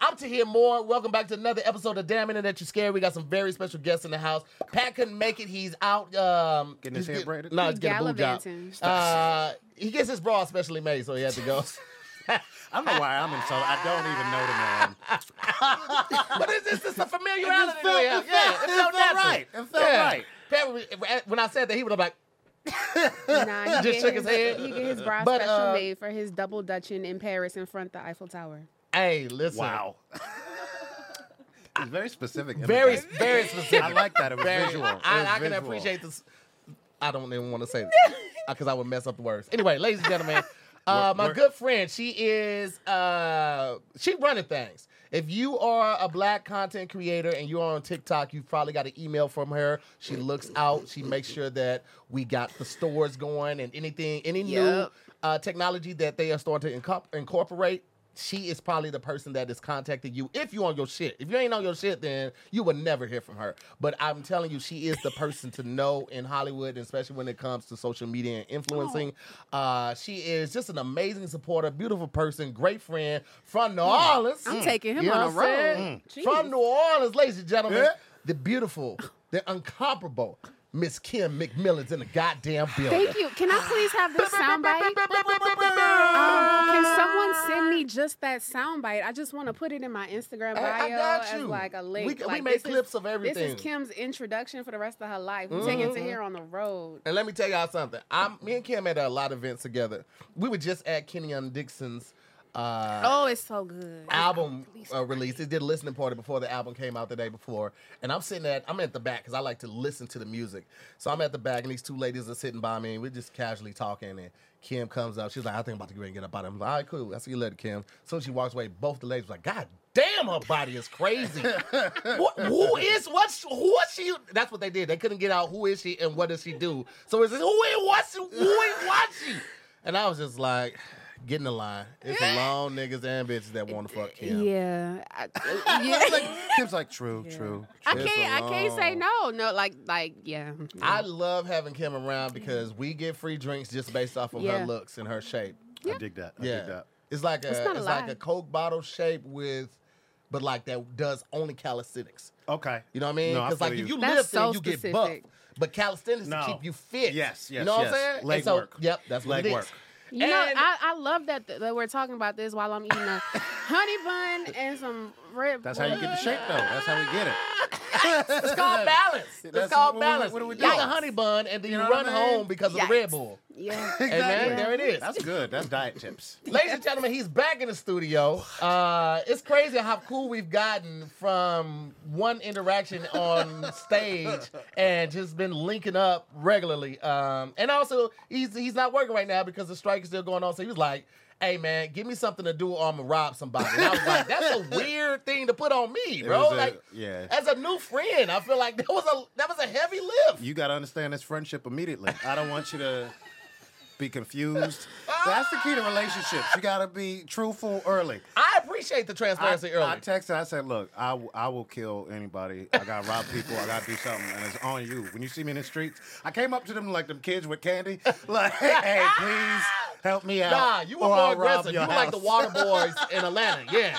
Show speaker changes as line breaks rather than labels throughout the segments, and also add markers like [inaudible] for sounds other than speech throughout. I'm to hear more. Welcome back to another episode of Damn Internet You Scared. We got some very special guests in the house. Pat couldn't make it. He's out. Um,
Getting his
he's
hair braided?
No, he's getting a boob job.
Gallivanting.
Uh, he gets his bra specially made, so he had to
[laughs]
go.
I don't know why I'm insulted. I don't even know the man.
but it's, it's just a familiarity.
It just felt-
we have.
it
yeah, it
felt- it
felt
felt
natural.
right. It felt right.
Pat, would- when I said that, he would have like,
Nah,
[laughs]
he
Just
get
shook his head.
He get his bra
But,
special
uh,
made for his double dutching in Paris in front of the Eiffel Tower.
"Hey, listen,
[laughs] Wow. It's very specific. imagery.
very, very specific."
I like that. It was
Very-
visual.
I,
It
I-
was
I can
visual.
appreciate this. I don't even want to say because I would mess up the words. Anyway, ladies and
[laughs]
gentlemen, uh,
We're-
my
we're-
good friend, she is uh, she running things. If you are a black content creator and you are on TikTok, you probably got an email from her. She looks out. She makes sure that we got the stores going and anything, any
Yep.
new uh, technology that they are starting to incorp- incorporate. She is probably the person that is contacting you if you on your shit. If you ain't on your shit, then you will never hear from her. But I'm telling you, she is the person to know in Hollywood, especially when it comes to social media and influencing.
Oh.
Uh, she is just an amazing supporter, beautiful person, great friend from New Orleans.
I'm taking him
You
on
know
a
what I'm saying?
road. Jeez.
From New Orleans, ladies and gentlemen,
Yeah.
the beautiful, the incomparable Miss Kim McMillan's in the goddamn building.
Thank you. Can I please have
[laughs]
this soundbite? Um, can someone send me just that soundbite? I just want to put it in my Instagram bio
I- I got
as
you.
like a
We-
link.
we
Like,
made
this is-
clips of everything. Mm-hmm.
This is Kim's introduction for the rest of her life. We're taking it to here on the road.
And let me tell y'all something. I'm me and Kim had a lot of events together. We were just at Kenyon Dixon's uh,
Oh, it's so good.
album uh, release. It did a listening party before the album came out the day before. And I'm sitting at I'm at the back because I like to listen to the music. So I'm at the back, and these two ladies are sitting by me, and we're just casually talking. And Kim comes up. She's like, "I think I'm about to go and get up out of." I'm like, "All right, cool. I see you later, Kim." Soon as she walks away, both the ladies were like, "God." Damn, her body is crazy. what, who is what's who is she? That's what they did. They couldn't get out who is she and what does she do. So it's just, who is what's who is what's she? And I was just like, get in the line. It's a long niggas and bitches that want to
[laughs]
fuck Kim. [laughs]
Yeah. I, yeah.
It's like- Kim's like, true, true.
I
true.
can't. I can't say no. No, like, like, yeah.
I love having Kim around because we get free drinks just based off of
Yeah.
her looks and her shape.
I dig that. I dig
Yeah,
that.
it's like a
It's
it's,
not a
like
lie.
a Coke bottle shape with, but like that does only calisthenics.
Okay.
You know what I mean?
No, I
Because
feel
like
you.
if you
That's
live
so
thin, you get buff.
specific.
But calisthenics to
No.
keep you fit.
Yes, yes,
You know what
yes.
I'm saying?
Leg
And so,
work.
Yep, that's what
Leg
it is.
work.
You know,
And-
I, I love that, th- that we're talking about this while I'm eating a honey bun and some red.
That's how you get the shape, though. That's how we get it.
[laughs] It's called
[laughs]
balance. It's
That's
called
what we-
balance.
what do we do?
You got a honey bun, and then you,
You know
run
what I mean?
home because of
Yikes.
the Red Bull.
[laughs]
Yeah.
Hey, man, there it is.
That's good. That's diet tips.
Ladies and gentlemen, he's back in the studio. Uh, it's crazy how cool we've gotten from one interaction on stage and just been linking up regularly. Um, and also, he's he's not working right now because the strike is still going on. So he was like, "Hey man, give me something to do, or I'm gonna rob somebody." And I was like, "That's a weird thing to put on me, bro."
was a-
like,
yeah.
as a new friend, I feel like that was a that was a heavy lift.
You got to understand this friendship immediately. I don't want you to be confused. That's the key to relationships. You got to be truthful early.
I appreciate the transparency
I,
early.
I texted. I said, "Look, I, w- I will kill anybody. I got to rob people. I got to do something, and it's on you. When you see me in the streets, I came up to them like them kids with candy. [laughs] Like, hey, please help me out.
Nah, you were
or
more
I'll rob
aggressive. You
your
were like the
house."
water
[laughs]
boys in Atlanta. Yeah.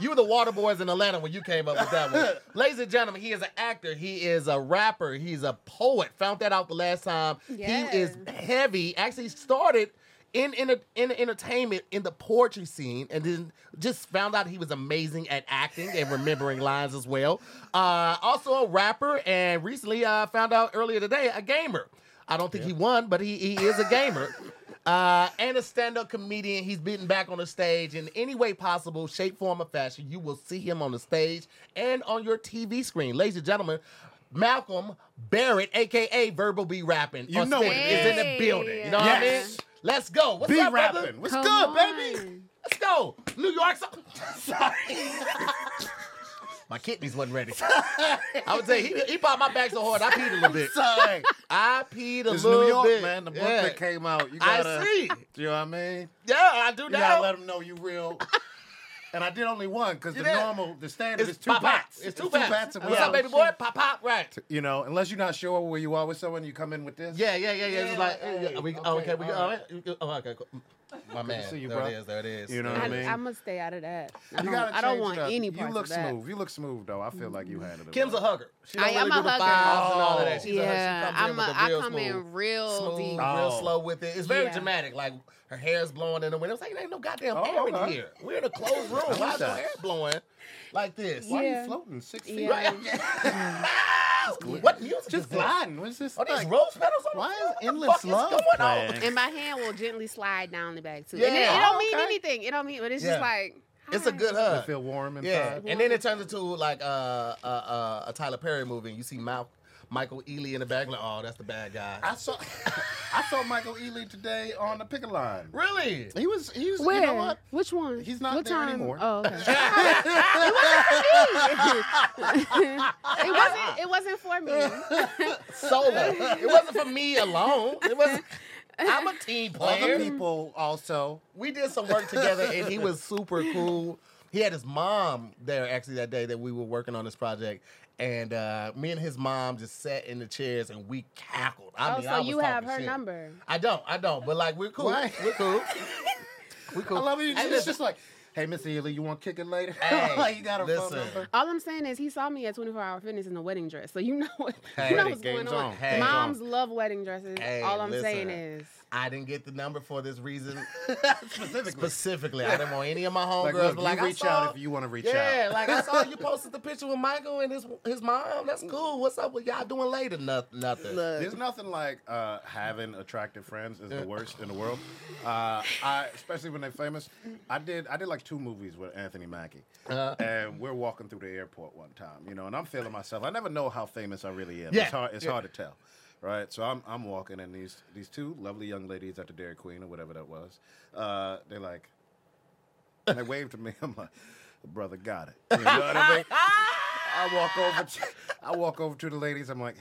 You were the water boys in Atlanta when you came up with that
[laughs]
one. Ladies and gentlemen, he is an actor. He is a rapper. He's a poet. Found that out the last time.
Yeah.
He is heavy. Actually started in, in, in entertainment in the poetry scene and then just found out he was amazing at acting and remembering lines as well. Uh, also a rapper and recently I found out earlier today a gamer. I don't think he won, but he, he is a gamer. Uh, and a stand-up comedian. He's been back on the stage in any way possible, shape, form, or fashion. You will see him on the stage and on your TV screen. Ladies and gentlemen, Malcolm Barrett, aka Verbal B Rapping,
You
on
know
stage,
it
is in the
is.
building. You know what I mean?
Yes.
Let's go. What's
Be
up, brother?
rapping. What's good, baby?
Let's go. New York. So- [laughs] Sorry. [laughs] my kidneys wasn't ready. I would say he, he popped my back so hard I peed a little bit.
Sorry.
I peed a
It's
little
New York,
bit.
man. The book
yeah.
that came out. You
I
gotta,
see.
Do you know what I mean?
Yeah, I do
You
now.
gotta let them know you
[laughs]
real. and I did only one because the
did.
normal, the standard
it's,
is two
pop, pop.
pats.
It's two pats.
and
What's up,
whatever.
baby boy? Pop, pop, right.
You know, unless you're not sure where you are with someone, you come in with this.
Yeah, yeah, yeah, yeah. It's
Yeah,
like,
like,
yeah,
hey,
we, oh, okay,
okay,
we,
all
all right. You- Oh, okay, cool. My man.
see you,
there
bro.
it is. There it is.
You know
there
what
it
I
I,
is.
mean?
I must stay out of that. I
You
don't,
gotta
I don't
change
want
it up.
any
You
parts
look
of that.
smooth. You look smooth though. I feel like you handled it.
Kim's a
well.
hugger. She don't
I am
really
a
do the
hugger.
fives and all of that. She's
Yeah,
a hugger. She comes in with
I'm. A,
the
I
real
come
smooth.
in real
smooth,
deep.
real
Oh.
slow with it. It's very
Yeah.
dramatic. Like her hair's blowing in the wind. I was like, there ain't no goddamn
Oh,
hair in
okay.
here. We're in a
[laughs]
closed room.
like
Why is your
that.
hair blowing like this? [laughs]
Why are
Yeah.
you floating six feet?
Yeah.
Right? what music? is
[laughs] Just
this?
gliding. What's this?
Are these
thing?
rose petals on the
Why
floor? Oh,
is
What the
endless
fuck is
love
going on?
playing?
And my hand will gently slide down the back too. And it,
Yeah.
it don't mean
Oh, Okay.
anything. It don't mean. But it's
Yeah.
just like.
It's a
hi.
good
You
hug.
feel warm inside.
Yeah, and then it turns into like uh, uh, uh, a Tyler Perry movie. and You see Mal- Michael Ealy in the back, like, oh, that's the bad guy.
I saw I saw Michael Ealy today on the picket line.
really?
He was he was
Where?
you know what?
Which one?
He's not
what
there
time?
anymore.
Oh,
[laughs]
okay. [laughs] [laughs] it wasn't. It wasn't
[laughs]
for me.
Solo.
[laughs]
it wasn't for me alone. It was. I'm a team
Other
player.
people also.
We did some work together, and he was super cool. He had his mom there actually that day that we were working on this project, and uh, me and his mom just sat in the chairs and we cackled. I
Oh,
mean,
so
I was
you have
talking
her
shit.
number.
I don't. I don't. But like, we're cool.
Why?
We're cool. We cool.
I love you.
Hey,
It's
listen.
just like, hey, Miss Ealy, you want kicking later? [laughs]
Hey,
Like, you got a phone
listen.
number?
All I'm saying is he saw me at 24 Hour Fitness in the wedding dress, so you know what [laughs]
Hey,
you know what's going
game's
on.
on. Hey.
Moms love wedding dresses.
Hey,
All I'm saying
listen.
is
I didn't get the number for this reason
[laughs] Specifically.
specifically. I didn't want any of my
Like,
homegirls.
look,
but like,
you
I
reach
saw,
out if you want to reach
Yeah,
out.
like I saw you posted the picture with Michael and his his mom. That's cool. What's up with y'all doing later? Nothing. Nothing.
look.
There's nothing like uh, having attractive friends is the worst in the world. Uh, I, especially when they're famous. I did I did like two movies with Anthony Mackie,
Uh.
and we're walking through the airport one time, you know, and I'm feeling myself. I never know how famous I really am.
Yeah,
It's hard it's
yeah.
hard to tell, right? So I'm I'm walking, and these these two lovely young ladies at the Dairy Queen or whatever that was, uh, they're like, and they waved to me. [laughs] I'm like, brother, got it. You know what I mean?
Ah,
I walk over. To, I walk over to the ladies. I'm like,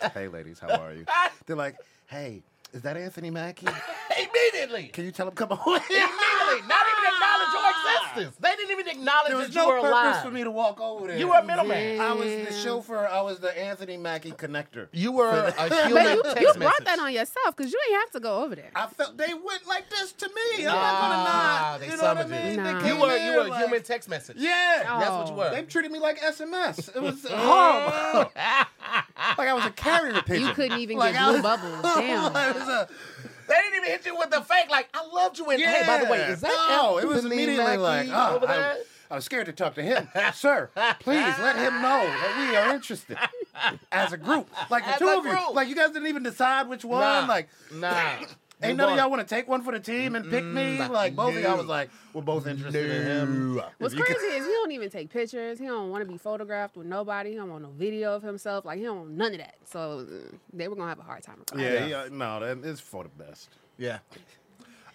hey, hey, ladies, how are you? They're like, hey, is that Anthony Mackie? [laughs]
Immediately.
Can you tell him come on? there [laughs]
Immediately. Not even acknowledge your existence. They didn't even acknowledge
was
that you
no
were
purpose
alive.
for me to walk over there.
You were a middleman.
I was the chauffeur. I was the Anthony Mackie connector.
You
[laughs]
were a
But
human
you,
text
you
message.
brought that on yourself because you ain't have to go over there.
I felt they went like this to me. I'm not gonna
Nah,
not.
they
you know what I
summoned
mean?
Nah.
They
you.
came
You were you
in
were a
like-
human text message.
Yeah.
That's what you
Oh.
were.
They treated me like SMS. It
[laughs] Oh.
was horrible. like I was a carrier pigeon.
You couldn't even
Like,
get
I
blue
was- [laughs]
bubbles.
It
Damn.
was a-
They didn't even hit you with the fake, like, I loved you. And hey, by the way, is that
no? It was
Anthony
immediately like,
Mackie
oh,
over there?
I, I was scared to talk to him, sir. Please let him know that we are interested as a group. Like the
As
two
a
of you,
group.
like you guys didn't even decide which one.
Nah,
Like,
nah.
[laughs] ain't none of y'all want to take one for the team and pick me. Like both of y'all was like, we're both interested in him.
Mm-hmm. No.
What's
If you
crazy
could-
is he don't even take pictures. He don't want to be photographed with nobody. He don't want no video of himself. Like he don't want none of that. So uh, they were gonna have a hard time. about it.
Yeah, yeah. no, that is for the best.
Yeah.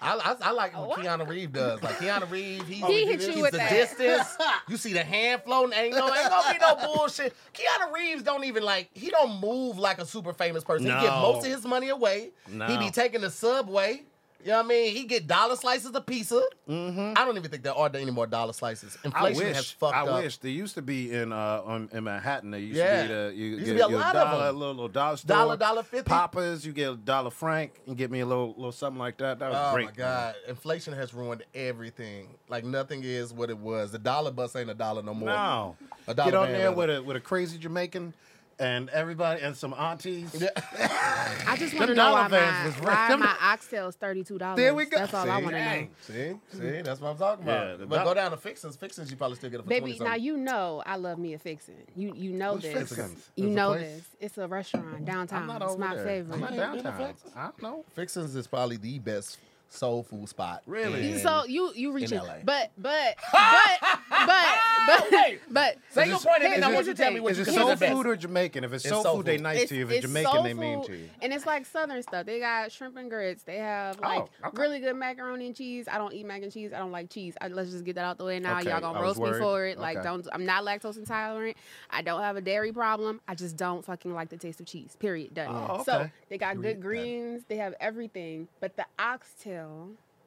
I, I, I like what Keanu Reeves does. Like Keanu Reeves, he,
[laughs] He hit you
he's
with
the
that. [laughs]
distance. You see the hand floating. Ain't no, ain't gonna be no bullshit. Keanu Reeves don't even like. He don't move like a super famous person. He get
No.
most of his money away. He
No.
be taking the subway. You know what I mean? He get dollar slices of pizza. I don't even think there are any more dollar slices.
Mm-hmm. I
Inflation has
wish.
fucked
I
up.
wish. There used to be in uh on, in Manhattan. There used
Yeah.
to be the you
Used to
get
be a
your
lot of
dollar,
them.
little, little dollar store,
Dollar, dollar fifty.
poppers. You get a dollar franc and get me a little little something like that. That was
Oh
great.
my
man.
god, inflation has ruined everything. Like nothing is what it was. The dollar bus ain't a dollar no more.
No,
A dollar
get on
van,
there
rather.
with a with a crazy Jamaican and everybody and some aunties.
I just want to know
dollar
why my,
vans was right.
why
Them-
my oxtail's thirty two dollars.
There we go.
That's all I
See?
want to know.
Hey,
Mm.
see, see, that's what I'm talking
Yeah,
about.
the
but
doc-
go down to fixings. Fixings, you probably still get it for
Baby,
20
now
-something.
you know I love me a fixin'. You you know
What's
this.
Fixin's?
You
There's a
know
place?
this. It's a restaurant downtown.
I'm not
it's
over
my
there.
favorite.
I'm not
You ain't been
downtown.
affected?
I don't know.
Fixings is probably the best soul food spot.
Really?
in- [laughs]
so you you reaching,
LA.
but but but but but,
wait,
But
Say your point and then
Here-
I
here's
want you
the
to tell me
thing.
what
Is
you
it
consider
soul
best.
food or Jamaican? If it's
It's
soul
soul
food, they
food.
nice to you. If it's Jamaican,
soul
they mean
food,
to you. Oh,
And it's like southern stuff. They got shrimp and grits. They have like
okay.
really good macaroni and cheese. I don't eat mac and cheese. I don't like cheese. I, let's just get that out the way now.
Okay,
Y'all gonna
I was
roast me
worried.
for it. Like
Okay.
don't. I'm not lactose intolerant. I don't have a dairy problem. I just don't fucking like the taste of cheese. Period. Done.
Oh,
So
okay.
they got
Period.
good
Done.
greens. They have everything. But the oxtail,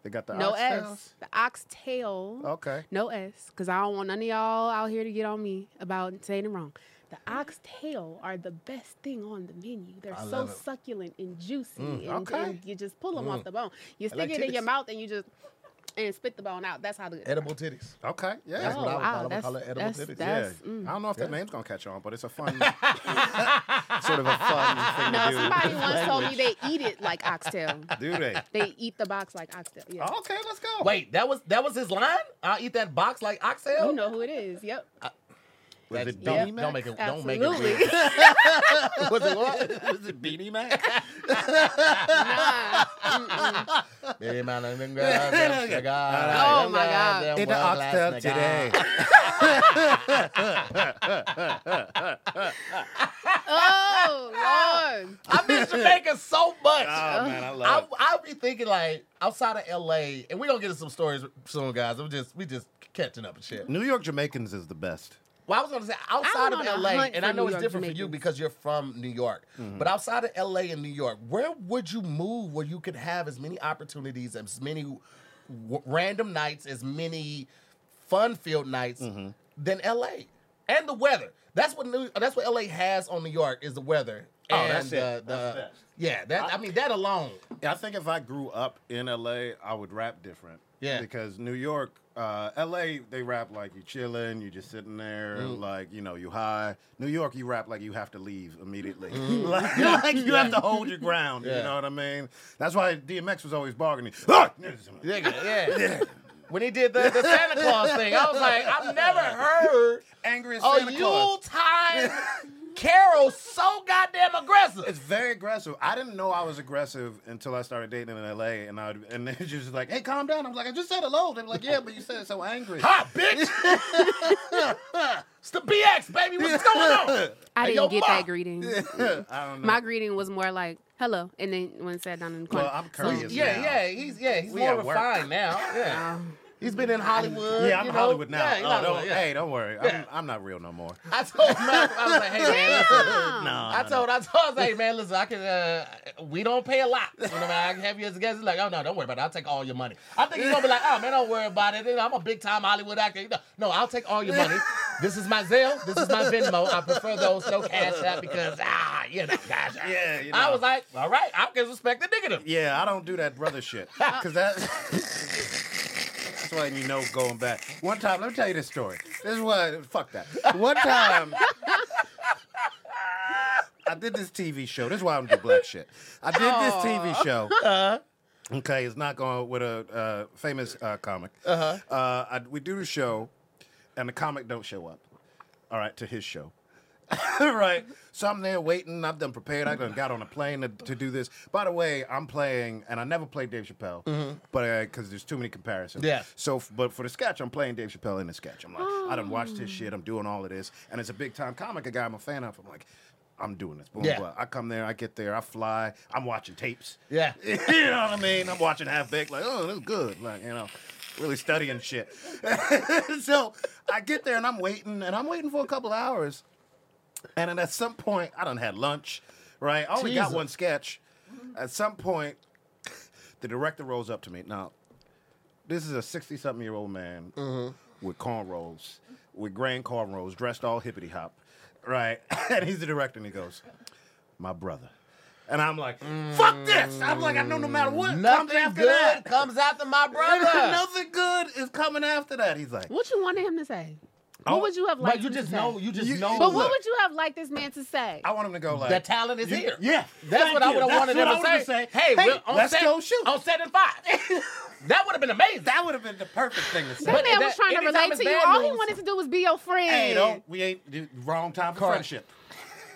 They got the
no
oxtails?
S. The oxtail.
Okay.
No S, because I don't want none of y'all out here to get on me about saying it wrong. The oxtail are the best thing on the menu. They're
I
so
love it. Mm,
succulent and juicy, and,
okay.
and you just pull them off the bone. You stick
like
it in your
titties.
mouth and you just and spit the bone out. That's how good. they are.
Edible titties.
Okay. Yeah.
That's what I would
wow,
call them. I
that's-
call it edible
that's-
titties.
that's-
yeah.
mm.
I don't know if that name's gonna catch on, but it's a [laughs] fun, sort of a fun thing
No,
to do.
[laughs]
somebody once told me they eat it like oxtail.
[laughs] do they?
They eat the box like oxtail. Yeah.
Oh,
Okay, let's go.
Wait, that was that was his line? I'll eat that box like oxtail?
You know who it is. Yep.
was
That's-
it
don't,
Beanie Mac?
don't
[laughs]
make it
Absolutely.
don't make it weird. [laughs]
was it what? Was it Beanie Mac?
[laughs] nah.
[laughs] Baby, man, I'm
[laughs]
in
Oh, my God.
In the oxtail today.
[laughs]
Oh, Lord.
I miss Jamaica so much.
Oh man, I love
I
it.
I be thinking like outside of LA, and we gonna get into some stories soon, guys. I'm just we just catching up and shit.
New York Jamaicans is the best.
Well, I was gonna say outside
went on
of
a
LA,
hunt
and I
for
know
New
it's
York
different for you
Jamaicans.
because you're from New York.
Mm-hmm.
But outside of LA and New York, where would you move where you could have as many opportunities, as many w- random nights, as many fun-filled nights
Mm-hmm.
than LA and the weather? That's what New, that's what LA has on New York is the weather.
Oh,
and
that's it.
uh, the,
That's the best.
yeah, that I mean that alone.
I think if I grew up in LA, I would rap different.
Yeah.
Because New York, uh, LA, they rap like you chilling, you just sitting there,
Mm.
like you know, you high. New York, you rap like you have to leave immediately.
[laughs]
[laughs] like, like you have to hold your ground. You
Mm. Yeah.
know what I mean? That's why DMX was
[laughs]
always bargaining. "Ah!"
Nigga, yeah. When he did the, the Santa Claus thing, I was like, I've
[laughs]
never heard
Angry as
[laughs] a
Santa Claus.
Yuletide
[laughs]
carol so goddamn
It's
aggressive.
very aggressive. I didn't know I was aggressive until I started dating in LA, and I would, and [laughs] they just like, "Hey, calm down." I was like, "I just said hello." They were like, "Yeah, but you said it so angry."
Ha, bitch! [laughs] it's the BX, baby.
[laughs]
What's going on?
I
Hey,
didn't
yo,
get
Ma.
that greeting.
[laughs]
[laughs]
I don't know.
My greeting was more like hello, and then when it sat down in the corner.
Well, I'm
So-
curious.
Yeah,
now.
yeah, he's yeah, he's
We
more
at work.
refined now. Yeah. He's been in Hollywood.
Yeah, I'm
you
in
know?
Hollywood now.
Yeah, he's
Oh,
out of
don't-
Hollywood, yeah.
Hey, don't worry. I'm, I'm not real no more.
I told Malcolm, I was like, hey man,
[laughs]
listen,
Ah.
Damn.
I told, I told, I was like, man, listen, I can, uh, we don't pay a lot. You know, man, I can have you as a guest. He's like, oh no, don't worry about it. I'll take all your money. I think he's gonna be like, oh man, don't worry about it. You know, I'm a big time Hollywood actor. You know, no, I'll take all your money.
[laughs]
This is my Zelle. This is my Venmo. I prefer those no cash app because ah, you know, gosh.
Yeah, you
I
know.
was like, all right, I can respect the nigga. then.
Yeah, I don't do that brother shit. Cause that [laughs] That's why you know going back. One time, let me tell you this story. This is what fuck that. One time I did this TV show. This is why I'm do black shit. I did this TV show. Okay, it's not going with a uh, famous uh, comic. Uh-huh. we do the show, and the comic don't show up. All right, to his show. [laughs] right. So I'm there waiting. I've done prepared. I done got on a plane to, to do this. By the way, I'm playing, and I never played Dave Chappelle, but because there's too many comparisons.
Yeah.
So, f- but for the sketch, I'm playing Dave Chappelle in the sketch. I'm like, I done watched his shit. I'm doing all of this, and it's a big time comic, a guy I'm a fan of. I'm like, I'm doing this. Boom,
Yeah.
blah. I come there. I get there. I fly. I'm watching tapes
Yeah.
[laughs] you know what I mean? I'm watching half baked, like, oh, this is good. Like, you know, really studying shit. [laughs] so I get there and I'm waiting, and I'm waiting for a couple hours. And then at some point, I done had lunch, right? I only got
Jesus.
one sketch. At some point, the director rolls up to me. Now, this is a 60 something year old man
Mm-hmm.
with cornrows, with grand cornrows, dressed all hippity hop, right? [laughs] and he's the director, and he goes, My brother. And I'm like, fuck this. I'm like, I know no matter what comes
Nothing
after
good
that. [laughs]
comes after my brother.
Nothing good is coming after that. He's like,
What you wanted him to say?
Oh,
what would you have liked?
But you
him
just
to
know,
Say?
you just
You-
know.
but what
look,
would you have liked this man to say?
I want him to go like
the talent is here.
Yeah.
That's
thank
what I
you.
would have
That's
wanted
what
him
I
to say.
would've
Hey,
said.
we're on
let's
set,
go shoot.
on set and five. that would have been amazing.
That would have been the perfect thing to say.
that man
that-
was trying to
anytime
relate
it's
to you.
bad
All he
news-
wanted to do was be your friend.
Hey, don't we ain't the wrong time for
Correct.
friendship.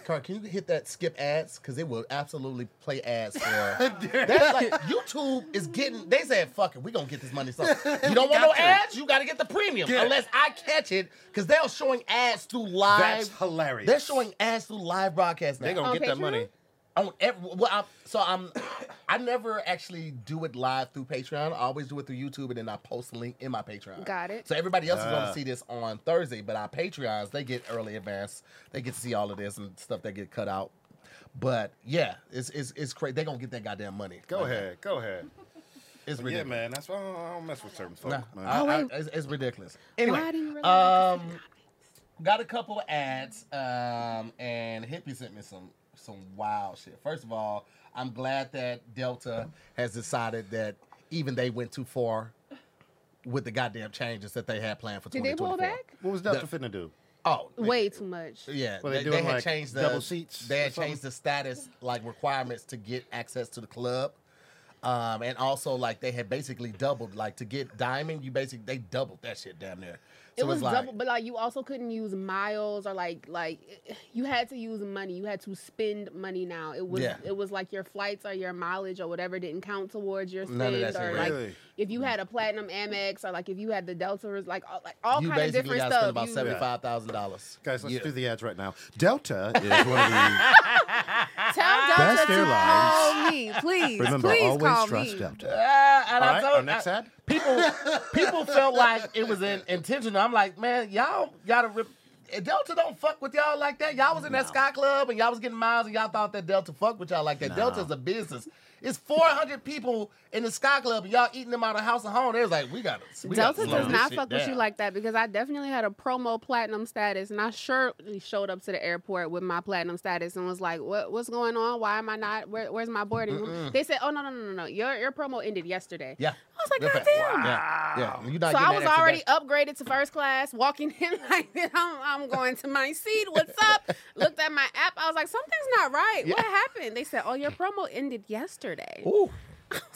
Car, can you hit that skip ads? Because it will absolutely play ads [laughs] for. That's like YouTube is getting. They said, "Fuck it, we gonna get this money." So
[laughs]
you don't want
got
no
to.
ads. You gotta get the premium
Yeah.
unless I catch it because they're showing ads through live.
That's hilarious.
They're showing ads through live broadcast now.
They gonna
On
get that
Patreon?
money.
on every well, I'm, so I'm [coughs] I never actually do it live through Patreon. I always do it through YouTube and then I post a link in my Patreon.
Got it.
So everybody else is
Ah.
gonna see this on Thursday, but our Patreons they get early advance. They get to see all of this and stuff that get cut out. But yeah, it's it's it's crazy. They gonna get that goddamn money.
[laughs] Go
Like,
ahead, go ahead.
It's
Yeah,
ridiculous.
man, that's why I don't, I don't mess with certain folk.
Nah,
man.
I- I-
Oh, wait.
it's, it's ridiculous. Anyway,
Why do you really like
um, got a couple of ads, um, and Hippie sent me some some wild shit. First of all, I'm glad that Delta has decided that even they went too far with the goddamn changes that they had planned for
Did they pull
2024.
back?
What was Delta finna do?
Oh,
Way too much.
yeah,
Were they
they, they
doing,
had
like,
changed the
double seats
They
or
had changed
something?
the status like requirements to get access to the club, um, and also like they had basically doubled like to get diamond. You basically they doubled that shit down there. So
it was
it's like,
double, but like you also couldn't use miles or like like you had to use money. You had to spend money now. It was
Yeah.
it was like your flights or your mileage or whatever didn't count towards your spend
None of that
or
shit.
like
Really?
if you had a platinum Amex or like if you had the Delta like all, like all
you
kind of
basically
different
got to
stuff.
spend about
You-
seventy five thousand dollars.
Guys, let's
yeah.
do the ads right now. Delta is one of the.
Tell
Best
Delta to
airlines.
call me, please.
Remember,
please
always
call
trust
me.
Delta.
Yeah, and
All
I
right,
told-
our next
I-
ad.
people people felt like it was in, intentional. I'm like, man, y'all gotta rip. Delta don't fuck with y'all like that. Y'all was in that Sky Club and y'all was getting miles and y'all thought that Delta fuck with y'all like that. Delta's a business. It's 400 people in the Sky Club and y'all eating them out of house and home. They was like, we gotta. We gotta
Delta
slow
does
this
not
shit
fuck with you
down.
like that because I definitely had a promo platinum status and I surely showed up to the airport with my platinum status and was like, "What what's going on? Why am I not? Where, where's my boarding?" They said, "Oh no no no no no, your your promo ended yesterday."
Yeah.
I was like,
Real
Oh "God
fast.
damn!"
Yeah. yeah. You're not
So
getting
I
that
was
extra
already
day.
upgraded to first class, walking in [laughs] like that. I'm, I'm going to my seat. What's up? Looked at my app. I was like, something's not right. What happened? They said, oh, your promo ended yesterday.
Ooh,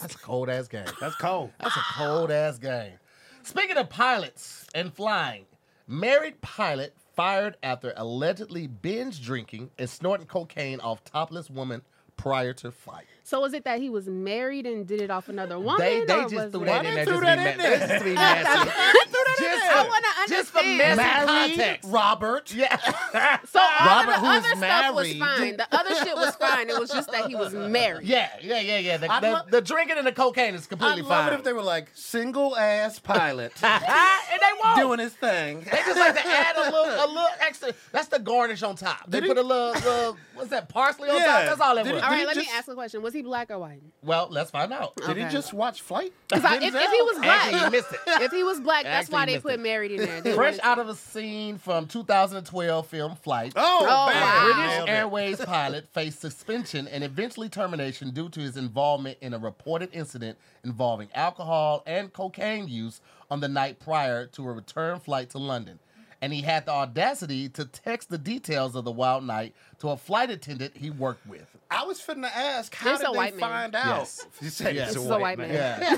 that's a cold ass game.
That's cold.
That's a
[gasps]
cold ass game. Speaking of pilots and flying, married pilot fired after allegedly binge drinking and snorting cocaine off topless woman prior to flight.
So was it that he was married and did it off another woman?
They
or
they just
was
threw
it-
that in there
they threw
just to be
that in
messy.
there?
Just to be nasty. Just
I
for-
want to
Just for
understand.
messy
Married
context.
Robert. [laughs]
Yeah. [laughs]
So all
Robert,
of the
who's
other stuff was
married.
fine. The other shit was fine. It was just that he was
[laughs]
married.
Yeah, yeah, yeah, yeah. The,
I'd
the,
love-
the drinking and the cocaine is
I'd
completely
love
fine.
it if they were like single ass pilot
[laughs] Ah, and they won't.
doing his thing.
They just like to add a
[laughs]
little, a little extra. That's the garnish on top. They
Did he-
put a little, little, what's that, parsley on
Yeah.
top? That's all it
Did he-
was.
All
Did
right,
he
let
just-
me ask a question. Was he black
[laughs]
or white?
Well, let's find out.
[laughs] Did he
Okay.
just watch Flight?
'Cause I- if, if he was
Actually, you
black,
missed it.
[laughs] if he was black, that's
Actually,
why
you
they
missed
put
it.
married in there. They
Fresh
wanted-
out of a scene from 2012 film Flight,
Oh,
Oh,
bang.
wow.
Nailed
British
it.
Airways pilot faced suspension and eventually termination due to his involvement in a reported incident involving alcohol and cocaine use on the night prior to a return flight to London. And he had the audacity to text the details of the wild night to a flight attendant he worked with.
I was finna ask, how
It's
did
a
they
white man.
find out?
Yes.
You said
Yes.
it's,
This
a
is
white, man.
Yeah.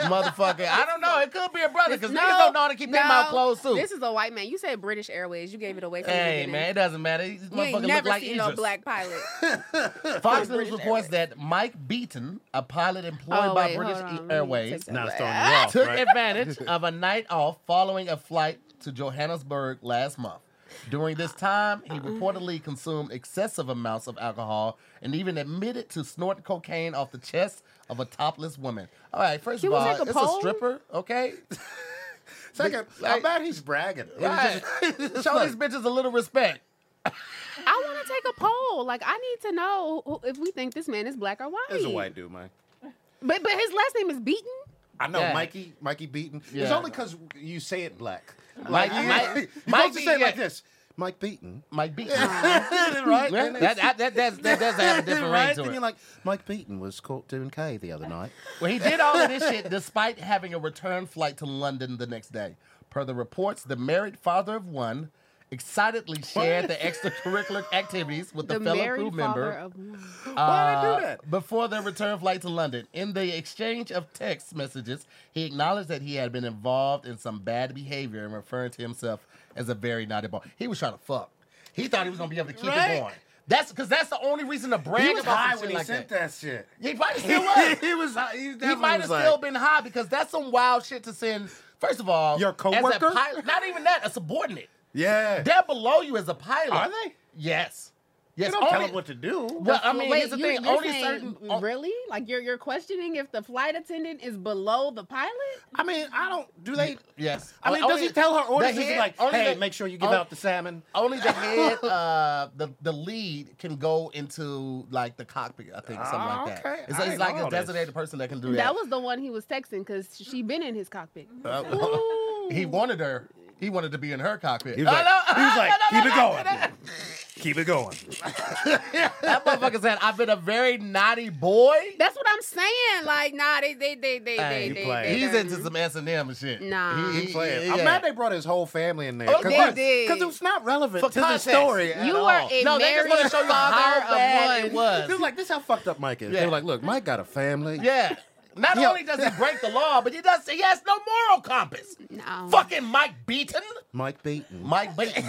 Motherfucker. I don't know. It could be a brother because niggas don't know how to keep their
no,
mouth closed, too.
This is a white man. You said British Airways. You gave it away. From
Hey
the
man, it doesn't matter. These motherfuckers
beginning. you ain't
look
never
like
seen no
Idris. [laughs]
black pilot.
Fox News
British
reports that Mike Beaton, a pilot employed
Oh,
by
wait,
British E
hold on. Let me take
Airways,
that
Now it's
back.
throwing you
[laughs]
off,
took
right?
advantage of a night off following a flight to Johannesburg last month. During this time, he reportedly consumed excessive amounts of alcohol and even admitted to snorting cocaine off the chest of a topless woman. All right, first
He
of
was
all,
like a
it's
pole?
a stripper, okay? [laughs]
Second, I
Like-
bet he's bragging. It was
Right.
just-
Show these bitches a little respect.
I want to take a poll. Like I need to know who- if we think this man is black or white.
It's a white dude, man.
But but his last name is Beaton.
I know
Yeah.
Mikey, Mikey Beaton. It's
Yeah.
only because you say it black.
Mike-
you,
Mike-
[laughs] you
Mike
supposed to say it
Beaton,
like
yeah.
this.
[laughs]
Mike Beaton.
Mike Beaton.
right?
Yeah, that, that, that, that, that does have a different
[laughs] right?
ring to
Then
it.
you're like, Mike Beaton was caught doing K the other night.
Well, he did all of this
[laughs]
shit despite having a return flight to London the next day. Per the reports, the married father of one excitedly shared the
[laughs]
extracurricular activities with the,
The
fellow
married
crew
father
member
of one.
Why did I
uh,
do that?
before their return flight to London. In the exchange of text messages, he acknowledged that he had been involved in some bad behavior and referring to himself as a very naughty boy. He was trying to fuck. He thought he was gonna be able to keep
Right?
it going. That's because that's the only reason to brag
He was
about some
high
shit
when he
like
sent
that.
that, shit.
He probably still was.
[laughs] he was. high- He,
he
definitely
might
was
have
like,
still been high because that's some wild shit to send. First of all,
Your
as a
coworker?
pilot- not even that, a subordinate.
Yeah.
They're below you as a pilot.
Are they?
Yes. Yes.
You don't tell
only-
him what to do.
Well, I mean,
Wait,
here's the
you,
thing.
you're
Only
saying,
certain.
really? Like you're you're questioning if the flight attendant is below the pilot?
I mean, I don't. Do they?
Yes.
I mean,
Only-
does he tell her orders?
Oh, the
Is he
head-
like,
only
hey,
the- oh.
make sure you give
on-
out the salmon?
Only
[laughs]
the head, uh, the the lead can go into like the cockpit. I think something
Ah,
like that.
okay.
It's,
I
it's
ain't
like
know
a
this.
designated person that can do that.
That was the one he was texting because she been in his cockpit.
Uh, [laughs] he wanted her. He wanted to be in her cockpit.
He was like,
Oh, no.
he was like
[laughs] No, no,
keep it
no, no,
going. Keep it going.
That motherfucker said, "I've been a very naughty boy."
That's what I'm saying. Like, nah, they they they they
Hey,
they, they,
playing.
they
He's
done-
into some S and M shit.
Nah.
He- he-
Playing.
yeah.
I'm glad they brought his whole family in there.
Oh,
they
it-
did.
'cause it's not relevant
For
to
context.
the story. at
You
all.
were a
No, they just
married
want to show you
father
how bad
of
it
one.
was.
They were like, this is how fucked up Mike is.
Yeah.
They were like, look, Mike got a family.
Yeah. Not
[laughs] Yeah.
only does he break the law, but he does. He has no moral compass.
No.
Fucking Mike Beaton.
Mike Beaton.
Mike Beaton.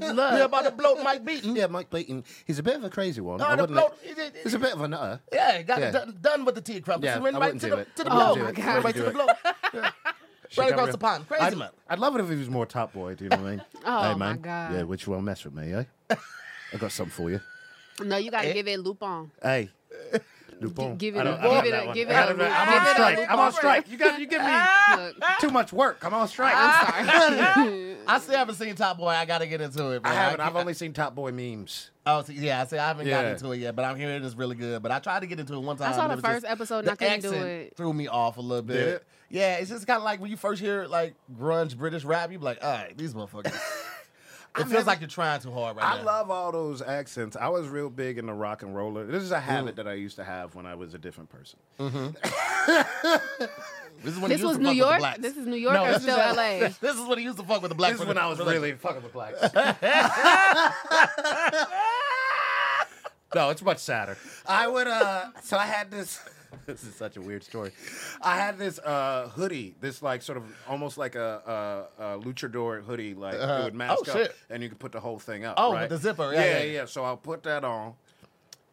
Look.
We're about to blow Mike Beaton.
Yeah, Mike Beaton. He's a bit of a crazy one.
No,
I
the
wouldn't
blow,
let-
it- it-
He's a bit of a nutter.
[laughs] yeah, it got
Yeah.
Done, done with the tea crumbles.
Yeah,
It went
I
right
wouldn't
to
do
the,
it.
to the
I
blow.
wouldn't do it.
Went right to the
Wouldn't
blow.
Shit
Right across
got
the pond. Crazy
I'd,
man.
I'd love it if he was more top boy. Do you know what I mean?
Oh,
hey,
my
man.
God.
Yeah, which one mess with me, eh? I got something for you.
No, you gotta
Eh?
give it
[laughs]
Lupon.
Hey. Dupont.
give it
I
a-
don't- I don't
give it
have
a-
that one. I don't know.
give it a loop.
I'm on
Give it a
strike. I'm on
loop.
strike. You got you give me
Look,
too much work. I'm on strike.
I'm sorry.
I still haven't seen Top Boy. I got to get into it.
I
Man.
haven't.
can't-
I've only seen Top Boy memes.
Oh, see, yeah. I see. I haven't gotten
Yeah.
into it yet, but I'm hearing it's really good. But I tried to get into it one time.
I saw
and
the
it was just-
first episode and I
the
couldn't do
accent
it.
Threw me off a little bit.
Did it?
Yeah, it's just kind of like when you first hear like grunge British rap, you be like, all right, these
[laughs]
motherfuckers. it feels like you're trying too hard right now.
I love all those accents. I was real big in the rock and roller. This is a habit that I used to have when I was a different person.
This is when
This
he used
was
to fuck
New
with the
York.
blacks.
This is New York
No,
or
this is
still
that-
LA?
[laughs] This is when he used to fuck with the blacks.
This is when I was
[laughs]
really fucking with blacks. no, it's much sadder. I would uh so I had this [laughs] this is such a weird story. I had this uh hoodie, this like sort of almost like a a, a luchador hoodie, like it would mask
Oh,
up
shit.
and you could put the whole thing up.
Oh, with
right?
the zipper. Yeah,
Yeah,
yeah,
yeah,
yeah.
So I'll put that on.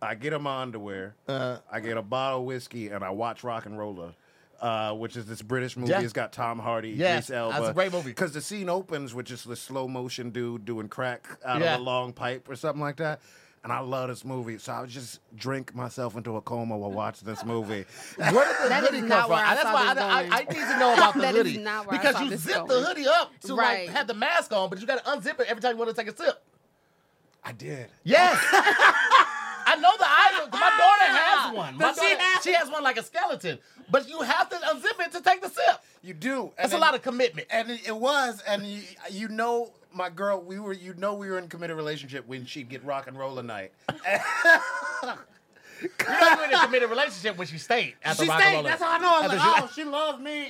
I get him underwear.
Uh-huh.
I get a bottle of whiskey and I watch Rock and Roller, uh, which is this British movie.
Yeah.
It's got Tom Hardy,
Yes,
Idris Elba.
that's a great movie.
Because the scene opens with just the slow motion dude doing crack out
Yeah.
of a long pipe or something like that. And I love this movie, so I would just drink myself into a coma while watching this movie. [laughs]
Where did the
That
hoodie
is
come
not
from?
where I
That's
saw
why
this
I, I,
going.
I need to know about the
[laughs] That is
hoodie
not where I
because
saw
you
this
zip the
going.
hoodie up to
Right.
like have the mask on, but you got to unzip it every time you want to take a sip.
I did.
Yes. [laughs] I know the item. 'cause My daughter has one. My
Ah, Does she
daughter-
have
she has one like a skeleton, but you have to unzip it to take the sip.
You do.
That's a lot of commitment.
and it it was, and you, you know, my girl, we were, you know, we were in a committed relationship when she'd get rock and roll a night.
You're not in a committed relationship when she stayed. At the
She
rock
stayed.
And roller.
That's how I know. I was
After
like,
she-
oh, she
[laughs]
loved me.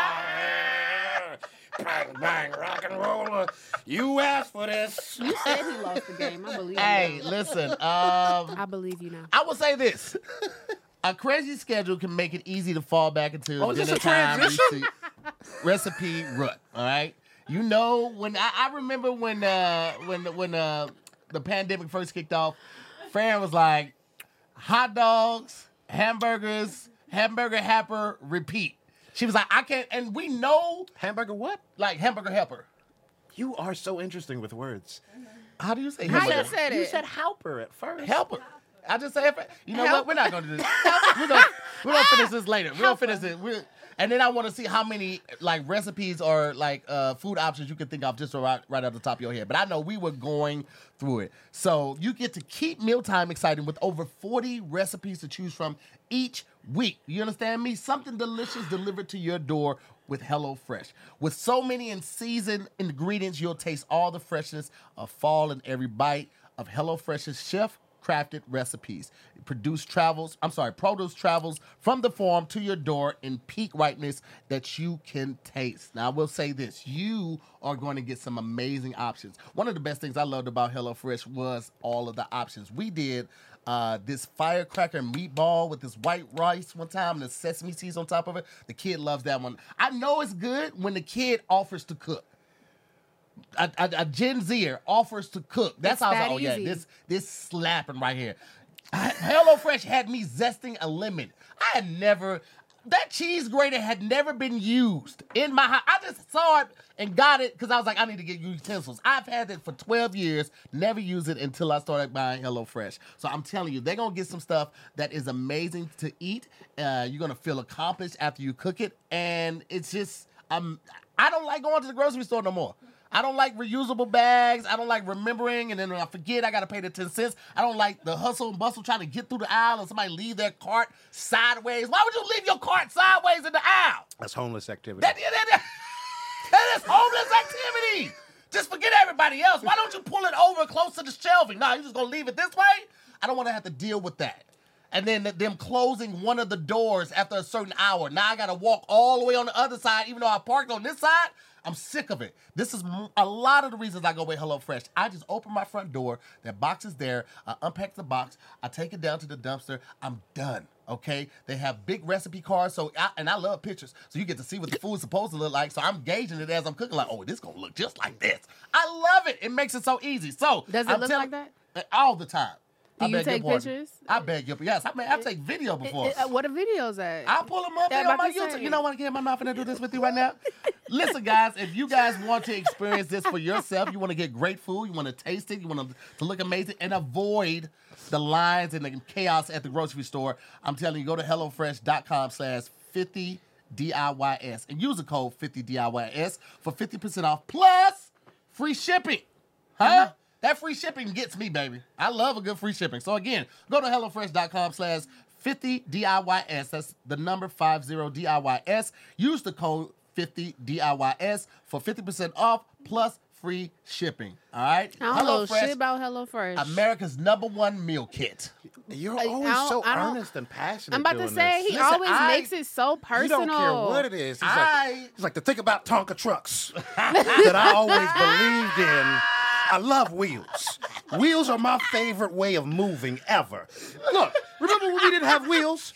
Ah. bang, bang, rock and roller. You asked for this.
You said he lost the game. I believe
Hey,
you.
listen.
[laughs]
Um,
I believe you now.
I will say this: a crazy schedule can make it easy to fall back into
Oh, is this
dinner
a
time
transition?
rece- recipe rut. All right. You know when I, I remember when uh, when when uh, the pandemic first kicked off, Fran was like, hot dogs, hamburgers, hamburger helper, repeat. She was like, I can't, and we know
Hamburger, what?
like hamburger helper.
You are so interesting with words.
How do you say
How
hamburger?
you said
You
it?
said helper at first.
Help her. I just said, you know what?
Help.
We're not gonna do this. We're gonna, we're gonna finish this later. We're gonna finish it. We're, and then I want to see how many like recipes or like uh, food options you can think of just right, right off the top of your head. But I know we were going through it, so you get to keep mealtime exciting with over forty recipes to choose from each week. You understand me? Something delicious delivered to your door with HelloFresh. With so many in season ingredients, you'll taste all the freshness of fall in every bite of HelloFresh's chef crafted recipes. Produce travels, I'm sorry, produce travels from the farm to your door in peak ripeness that you can taste. Now, I will say this you are going to get some amazing options. One of the best things I loved about HelloFresh was all of the options. We did uh, this firecracker meatball with this white rice one time and the sesame seeds on top of it. The kid loves that one. I know it's good when the kid offers to cook. a, a, a Gen Zer offers to cook. That's
It's
how I was
that
like, oh yeah,
easy.
this this slapping right here. I- HelloFresh had me zesting a lemon. I had never that cheese grater had never been used in my house. I just saw it and got it because I was like, I need to get utensils. I've had it for 12 years, never used it until I started buying HelloFresh. So I'm telling you, they're gonna get some stuff that is amazing to eat. Uh, you're gonna feel accomplished after you cook it, and it's just I'm I don't like going to the grocery store no more. I don't like reusable bags. I don't like remembering, and then when I forget, I gotta pay the ten cents. I don't like the hustle and bustle trying to get through the aisle and somebody leave their cart sideways. Why would you leave your cart sideways in the aisle?
That's homeless activity.
That, that, that, [laughs] that is homeless activity. Just forget everybody else. Why don't you pull it over close to the shelving? Nah, you just gonna leave it this way? I don't want to have to deal with that. And then th- them closing one of the doors after a certain hour. Now I gotta walk all the way on the other side, even though I parked on this side. I'm sick of it. This is m- a lot of the reasons I go with HelloFresh. I just open my front door, that box is there. I unpack the box, I take it down to the dumpster. I'm done okay? They have big recipe cards, so I, and I love pictures, so you get to see what the food's supposed to look like. So I'm gauging it as I'm cooking, like, oh, this gonna look just like this. I love it. It makes it so easy. So
Does it
I'm
look
telling-
like
Uh, all the time?
Do
I
you
beg your
take
pardon.
pictures?
I beg your yes. I mean, I take video before.
Uh, what are videos at?
I'll pull them up
Yeah,
here
I'm
on my
about to
YouTube.
say.
You know what? Again, I'm not gonna do this with you right now. Listen, guys, if you guys want to experience this for yourself, you want to get great food, you want to taste it, you want to look amazing, and avoid the lines and the chaos at the grocery store. I'm telling you, go to HelloFresh.com slash 50 DIYS and use the code 50 DIYS for 50% off plus free shipping. Huh? That free shipping gets me, baby. I love a good free shipping. So again, go to HelloFresh.com slash 50DIYS. That's the number 50DIYS. Use the code 50DIYS for 50% off plus free shipping. All right?
I don't know shit about HelloFresh.
America's number one meal kit.
You're
I- I
always
don't-
so
I don't-
earnest and passionate.
I'm about to
doing
say
this.
he
Listen,
always
I-
makes it so personal.
You don't care what it is. He's,
I-
like, he's like the thing about Tonka trucks [laughs] that I always believed in. I love wheels. Wheels are my favorite way of moving ever. Look, remember when we didn't have wheels?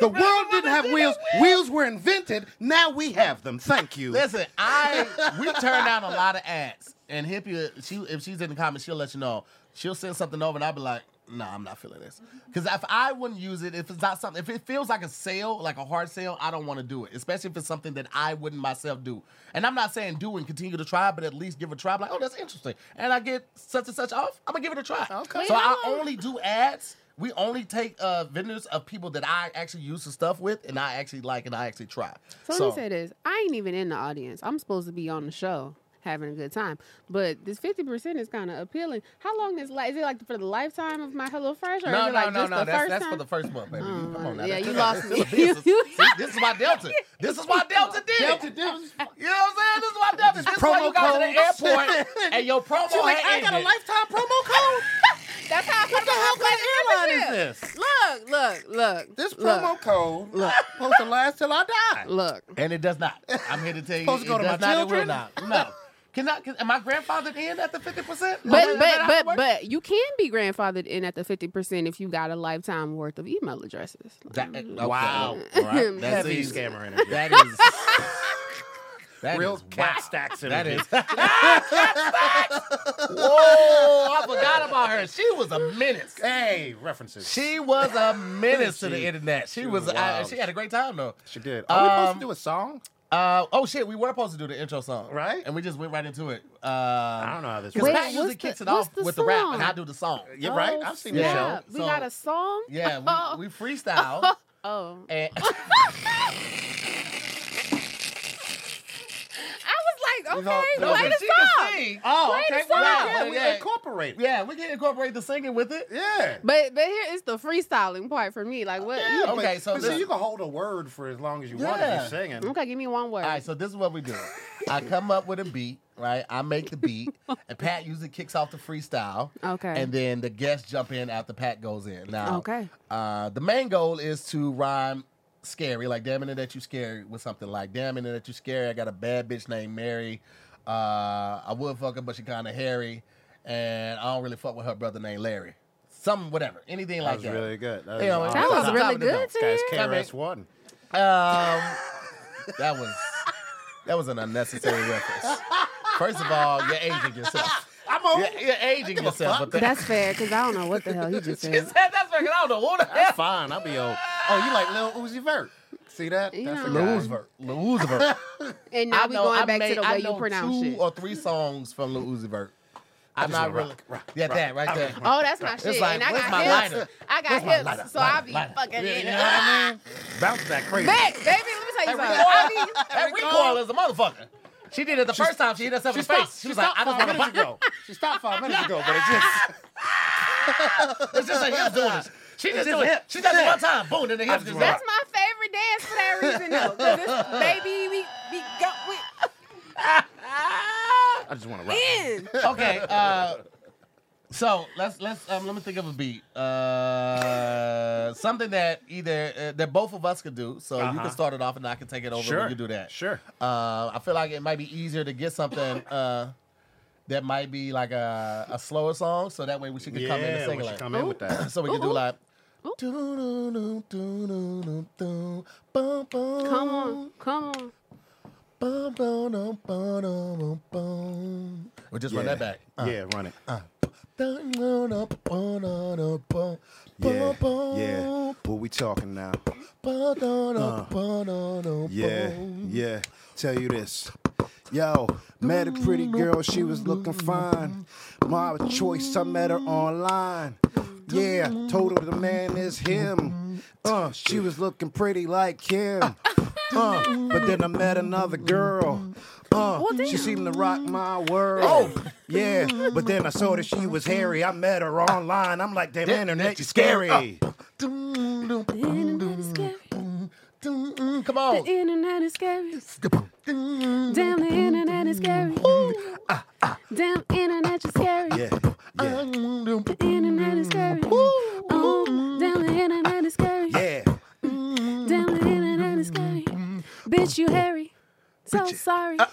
The world didn't have wheels. Wheels were invented. Now we have them. Thank you.
Listen, I we turn down a lot of ads, and hippie, she if she's in the comments, she'll let you know. She'll send something over, and I'll be like, "No, I'm not feeling this." Because if I wouldn't use it, if it's not something, if it feels like a sale, like a hard sale, I don't want to do it. Especially if it's something that I wouldn't myself do. And I'm not saying do and continue to try, but at least give it a try. I'm like, oh, that's interesting, and I get such and such off. I'm gonna give it a try.
Okay.
So I
Yeah.
only do ads. We only take uh, vendors of people that I actually use the stuff with, and I actually like, and I actually try.
So, let me say this: I ain't even in the audience. I'm supposed to be on the show having a good time, but this fifty percent is kind of appealing. How long is like? Is it like for the lifetime of my HelloFresh, or is it like just the
that's,
first
that's
time?
for the first month, baby.
Oh,
Come on now. That's-
yeah, you
that's-
lost
this
me. [laughs]
is- This is why Delta. This is why Delta did
Delta
it.
did it.
You know what I'm saying? This is why Delta. This is why you got to the
promo
airport
[laughs]
and your promo
She's like,
had
I ain't got a
ended.
lifetime promo [laughs] code.
That's how. I
What the hell kind of airline is this?
Look! Look! Look!
This
look,
promo code look. supposed to last till I die.
[laughs]
Look.
And it does not. I'm here to
[laughs]
tell you,
Supposed
it
to go to
does
my
not. It will
children?
not. No. Can I? Can, am I grandfathered in at the fifty percent?
But but but but you can be grandfathered in at the fifty percent if you got a lifetime worth of email addresses.
eh, wow. All right.
[laughs]
That's
Heavy
easy. [laughs]
scammer energy.
That is. that
Real
is
cat
wow.
stacks
That
energy.
is.
[laughs]
[laughs] Whoa! I forgot about her. She was a menace.
Hey, references.
She was a menace to the
She-
internet. She,
she
was.
was
I,
wild.
she had a great time though.
She did. Are we supposed
Um,
to do a song?
Uh, oh shit, we were supposed to do the intro song,
Right?
And we just went right into it. Uh,
I don't know how this
Because
Wait,
works.
Pat usually
what's
kicks
the-
it off
what's the
with the rap, and
song?
I do the
[laughs]
song.
You're right.
Oh,
I've seen the show.
snap.
show,
We
so-
got a song. [laughs]
Yeah, we, we freestyle.
Oh.
and [laughs]
I
You
was like,
know,
okay,
no,
play
but
the
she
song.
can sing.
Oh,
Play the
okay.
song.
Well, yeah,
Yeah,
we
yeah.
incorporate. Yeah.
Yeah, we can incorporate the singing with it.
But but here is the freestyling part for me. Like what?
Yeah,
you-
but-
okay, so
but see,
this-
you can hold a word for as long as you want if
Yeah.
you're singing.
okay, give me one word.
All right, so this is what we do. I come up with a beat, right? I make the
[laughs]
beat, and Pat usually kicks off the freestyle.
Okay.
And then the guests jump in after Pat goes in. Now,
Okay.
Uh, the main goal is to rhyme scary, like damn it that you scary with something like damn it that you scary. I got a bad bitch named Mary. Uh, I would fuck her, but she kind of hairy, and I don't really fuck with her brother named Larry. Some whatever, anything
That
like
was
that.
really good. That
You know,
was,
That
it's top-
was
awesome.
really
top of the
good
dome.
to
Guys,
hear.
KRS-One. [laughs]
Um, that was that was an unnecessary reference. First of all, you're aging yourself.
I'm old.
You're, you're aging yourself. But [laughs] that-
That's fair, because I don't know what the hell he
[laughs]
just
She
said.
said that's fair. 'cause I don't know what the
That's
hell.
fine. I'll be old. Oh, you like Lil Uzi Vert? See that?
You
That's a
know.
guy.
Lil Uzi Vert. Lil Uzi Vert.
And now
I
we
know-
going
I
back
may-
to the
I
way you
know
pronounce
two
it.
or three songs from Lil Uzi Vert. I'm
just
not
wanna
really.
rock, rock,
yeah, that right there.
Oh, that's my shit.
like,
and I
where's
got
my
hips.
lighter?
I got
Where's my
hips,
lighter?
so
Lighter,
I be
lighter.
fucking
Yeah,
in
you
it.
know what I mean?
Bounce that crazy.
[laughs] Babe, baby, let me tell you something.
recoil- [laughs]
I be,
That recoil is a motherfucker. She did it the first time. She hit herself in the face. She was like, I just want to
minutes ago. She stopped five minutes ago, but it just.
It's just like hips doing this. She just
just
do it.
hip.
She does it one time. Boom, then the hips just
just
drop.
[laughs] That's my favorite dance for that reason, though. 'cause it's-
[laughs]
baby, we we go we
I just want to rock.
in.
Okay. Uh, so let's let's um, let me think of a beat. Uh, something that either uh, that both of us could do. So you
Uh-huh.
can start it off, and I can take it over.
Sure.
when you do that.
Sure.
Uh, I feel like it might be easier to get
[coughs]
something uh, that might be like a, a slower song, so that way we should could come in and
Yeah,
sing
we
it.
should come in with
[coughs]
that.
so we can do
Ooh, ooh.
like.
Ooh. Come
Come
on, come on.
Bum, bum, dum, bum, dum, bum, bum. We'll just run that back. Uh,
[coughs] Yeah, run it.
uh. Dun, dun, dun, bum, dun, dun, bum,
Yeah,
bum, bum,
yeah. What we talking now?
bum, dun, dun,
Uh.
bum, dun, dun,
Yeah,
bum.
yeah. Tell you this. Yo, met a pretty girl, she was looking fine. My choice, I met her online. Yeah, told her the man is him. Uh, she was looking pretty like him. Uh, but then I met another girl. Uh,
Well,
she
damn.
seemed to rock my world. Oh, yeah. But then I saw that she was hairy. I met her online. I'm like, damn, internet, you scary.
Dun, dun,
The internet is scary.
dun, dun. Come
The
on.
internet is scary.
Dun.
Damn, the internet is scary. Damn, internet is scary.
Yeah, yeah,
Dun, dun,
The internet is scary. Oh, damn, the internet is scary.
yeah.
Damn, the internet is scary. Bitch, you hairy. So sorry.
Uh,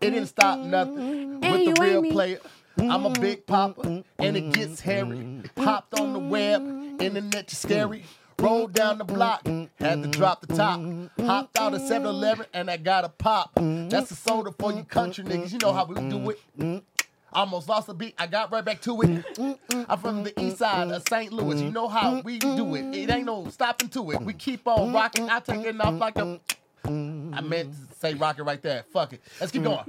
It didn't stop nothing
Mm-hmm. And
with
you
the real
ain't me. Mm-hmm.
player. I'm a big popper, and it gets hairy. Hopped on the
Mm-hmm.
web, internet is scary. Rolled down the block, had to drop the top. Hopped out of 7 Eleven, and I got a pop. That's a soda for you country niggas. You know how we do it. Almost lost a beat, I got right back to it. I'm from the east side of St. Louis. You know how we do it. It ain't no stopping to it. We keep on rocking. I take it off like a. I meant to say rocket right there. Fuck it. Let's keep going.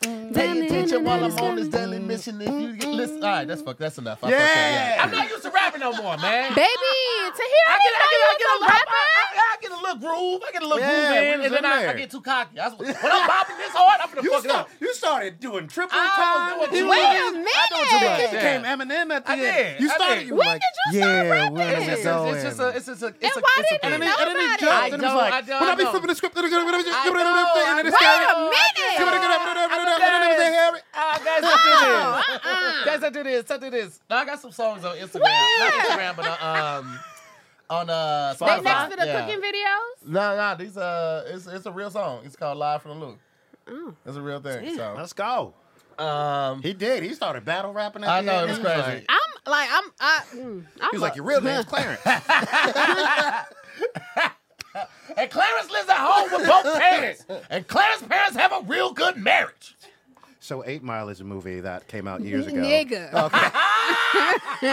Damn,
Pay
the
attention while
internet is
I'm on this
scary.
daily mission. If you get listen, all right, that's fuck, that's enough. I fucked up,
Yeah.
I'm not used to rapping no more, man.
Baby, to hear
I
I
get,
didn't know you
I, get, I,
was a
get a little,
rapper.
I, I get a little groove. I get a little
Yeah, we
groove in,
was
and then
in
I, I
there.
get too cocky. That's, what- when I'm bopping this hard, I'm gonna
You,
fuck it
start,
up.
you started doing triple
I
time.
was doing
You
too much.
Wait a
I doing too much,
minute. You
Uh, yeah.
became Eminem at the
I
end.
did,
You
I
started.
did.
You
When
like,
did you start
yeah,
rapping?
where
It's
is
just,
it
a,
going?
it's just a, it's just a, it's a,
why
it's a,
didn't
and then, he,
know
and then he
about it?
jumped
I
and he was
don't- I
like,
don't
when I be
know.
flipping the script, [laughs] and [laughs]
I
then
know.
it's
Wait a
scary.
Yes.
minute.
Ah, guys, I do this.
Uh-uh.
Guys, I do this. I do this. Now I got some songs on Instagram. Not
Where?
Instagram, but uh, um, on uh, Spotify.
They next to the
Yeah.
cooking videos?
No, no, these uh, it's it's a real song. It's called Live from the Loop.
Oh.
It's a real thing. So,
Let's go.
um,
He did. He started battle rapping. At
I
the
know it
end.
was
He was like-
crazy.
I'm like, I'm, I, mm, I'm
He was like,
a-
your real name's Clarence.
And Clarence lives at home with both parents, and Clarence's parents have a real good marriage.
[laughs] so Eight Mile is a movie that came out years ago.
Nigga.
[laughs]
Okay.
We
[laughs]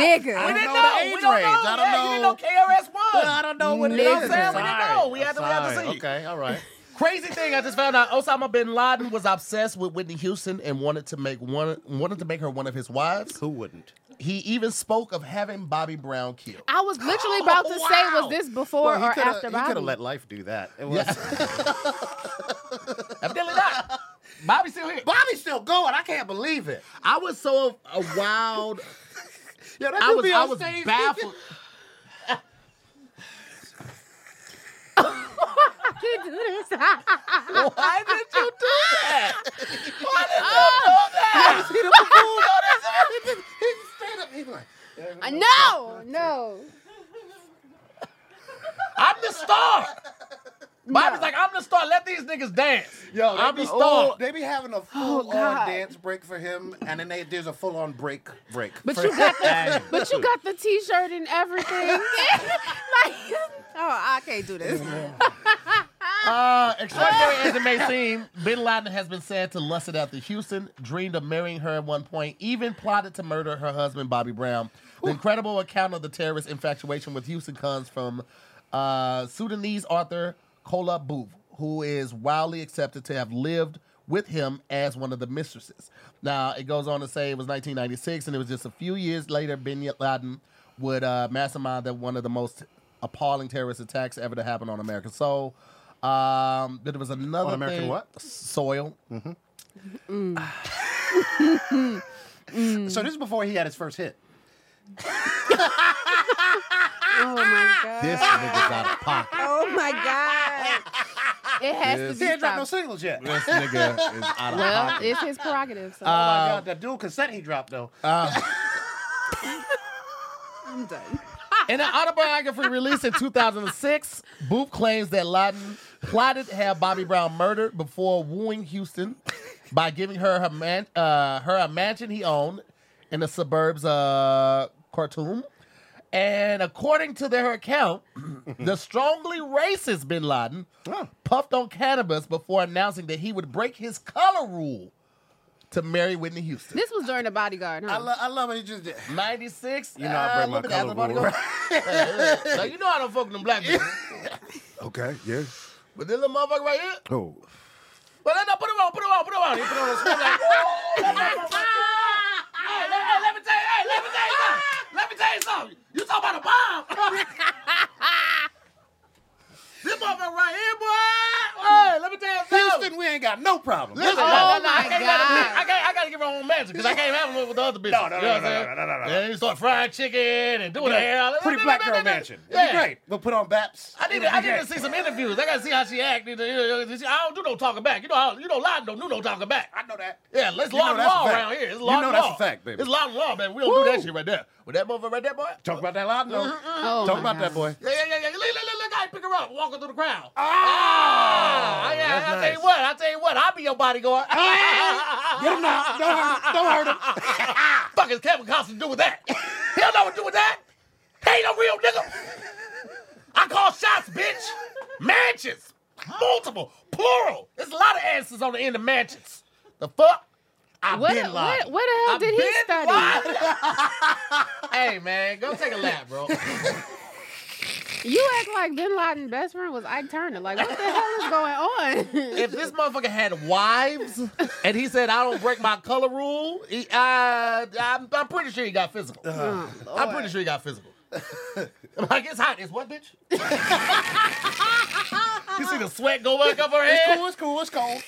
Nigga.
didn't
know the
know.
age
we don't
range.
know.
I don't
yeah, You didn't know
know.
KRS One.
I don't know what it
You know
is.
what I'm saying? We didn't
Sorry.
know. We had to- we had to
Sorry.
see.
Okay.
[laughs]
All right.
Crazy thing I just found out: Osama bin Laden was obsessed with Whitney Houston and wanted to make one wanted to make her one of his wives.
Who wouldn't?
He even spoke of having Bobby Brown killed.
I was literally about to say, was
Wow.
this before
Well, he
or
coulda-
after
He could
Bobby?
have let life do that. It was.
[laughs] Evidently not. Bobby's still here.
Bobby's still going. I can't believe it.
I was so uh, [laughs] wild.
Yeah, that
I
dude
was
be
I
on
was
stage [laughs]
baffled.
He did this.
[laughs] Why did you do that? [laughs] Oh. Why did you do that?
He stand up. He be like,
Uh, [laughs] no, no.
I'm the star. Bobby's like, I'm the star. Let these niggas dance.
Yo, they
I'm the
be,
star.
they be having a full
Oh, God.
on dance break for him, and then they, there's a full on break break.
But
for
you got the,
him.
but you got the T-shirt [laughs] and everything. like, oh, I can't do this.
Uh, extraordinary as it may seem, Bin Laden has been said to lusted after Houston, dreamed of marrying her at one point, even plotted to murder her husband, Bobby Brown. The incredible account of the terrorist infatuation with Houston comes from uh, Sudanese author Kola Booth, who is wildly accepted to have lived with him as one of the mistresses. Now, it goes on to say it was 1996, and it was just a few years later, Bin Laden would uh, mastermind that one of the most appalling terrorist attacks ever to happen on American soil. Um, but there was another
On American
thing-
what? Mm.
soil.
So this is before he had his first hit.
Oh my god.
This nigga's out of pocket.
Oh my god.
It
Yes.
has to
He
be
ain't dropped no
stopped.
singles yet. oh my
This nigga is out of
Well,
pocket.
it's his prerogative. So
Uh,
God, that dual consent he dropped though.
I'm done.
In an autobiography released in 2006, Booth claims that Lawton plotted to have Bobby Brown murdered before wooing Houston by giving her her, man, uh, her a mansion he owned in the suburbs of Khartoum. And according to their account, the strongly racist Bin Laden puffed on cannabis before announcing that he would break his color rule to marry Whitney Houston.
this was during the bodyguard. Huh?
I, lo- I love it. He just did.
96. You
know I break my color rule.
[laughs] Now you know I don't fuck with them black people.
Okay. Yeah.
[laughs] But this little motherfucker right here.
Oh.
Well, let, no, put it on, put it on, put it on. He put it on the screen like, [laughs] oh, that motherfucker. hey, let, hey, let me tell you, hey, let me tell you something. Let me tell you something. You talking about a bomb. [laughs] this motherfucker right here, boy. Hey, let me tell you something.
Houston, we ain't got no problem.
Listen,
Oh,
no, no, no, I
my
can't gotta-
God.
I can't. I gotta give her own magic because I can't have one with the other bitches.
No, no,
You
no,
know what
no,
I'm
no,
saying?
no, no, no, no.
Yeah, you start frying chicken and doing the hell.
Pretty black girl mansion. It'd be
Yeah.
great. We'll put on Baps.
I need to, I need to see some interviews. I gotta see how she act. I don't do no talking back. You know, I, you know, Lawton don't do no talking back.
I know that.
Yeah, let's
You know
Lawton
that's a
law
fact.
around here. It's
You
Lawton
know that's a
law.
fact, baby.
It's Lawton law, man. We don't do
Woo.
that shit right there. With that motherfucker right there, boy.
Talk about that loud though.
oh
Talk
my
about
God.
that boy.
Yeah, yeah, yeah, yeah. Look, look, look, look how you pick her up, walking through the crowd.
Ah,
Ah, yeah,
that's
I'll tell
nice.
you what, I'll tell you what, I'll be your bodyguard.
Get him now. Don't hurt him. Don't hurt him.
[laughs] Fuck is Kevin Costner do with that? he don't know what to do with that. He ain't no real nigga. I call shots, bitch. Mansions. Multiple. Plural. There's a lot of answers on the end of mansions. The fuck? I've
What,
been lying.
what, what the hell
I've
did he
been
study?
lying. [laughs] hey, man, go take a lap, bro.
You act like Bin Laden's best friend was Ike Turner. Like, what the hell
[laughs]
is going on?
if this motherfucker had wives and he said, I don't break my color rule, he, uh, I'm, I'm pretty sure he got physical.
Uh,
Um,
oh,
I'm pretty sure he got
[laughs]
physical. I'm like, it's hot. It's what, bitch? you see the sweat go back up her
It's
head?
cool. It's cool. It's cold.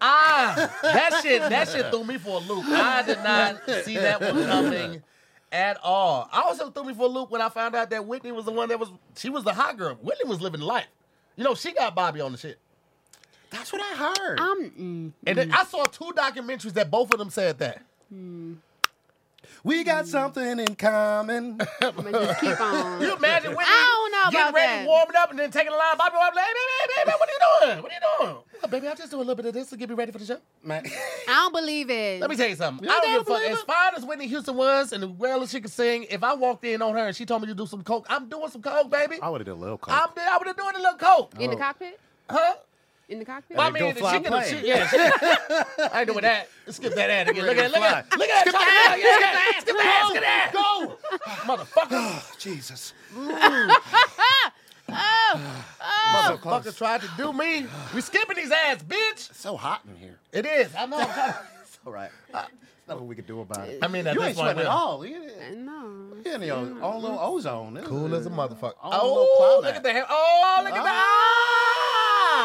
Ah, that shit, that shit threw me for a loop. I did not see that one coming at all. I also threw me for a loop when I found out that Whitney was the one that was, she was the hot girl. Whitney was living life. You know, she got Bobby on the shit.
That's what I heard.
um,
And then I saw two documentaries that both of them said that.
we got something in common.
I'm gonna just keep on.
You imagine Whitney
I don't know
getting
about
ready,
that.
warming up, and then taking a line. Bobby, Bobby, like, hey, baby, baby, baby, what are you doing? What are you doing? Oh, baby, I'll just do a little bit of this to get me ready for the show.
Man.
I don't believe it.
Let me tell you something.
You
I don't
don't
give a fuck.
believe
As
it?
fine as Whitney Houston was and as well as she could sing, if I walked in on her and she told me to do some coke, I'm doing some coke, baby.
I would have done a little cold.
I'm, I would have doing a little coke.
In the cockpit?
Huh?
In the cockpit?
Well, I
they go
mean, she
fly
can,
plane.
she, yeah, [laughs] she- I ain't doing that. Skip that ad again. Look at it. Look at it. Look at it. Skip that ad. Skip that ad. Skip that ad. Go. Motherfucker.
Oh,
[laughs]
Jesus.
Oh, Motherfucker tried to do me. We skipping these ass, bitch.
It's so hot in here.
It is. I know. I'm trying to-
It's all right. There's nothing we can do about it.
[laughs] I mean, at
you
this
ain't
point,
sweating
we're-
at all. You-
No.
You're in your own little ozone.
Cool as a motherfucker.
Oh,
Oh,
look
look
at
at the hair. Oh, look at that.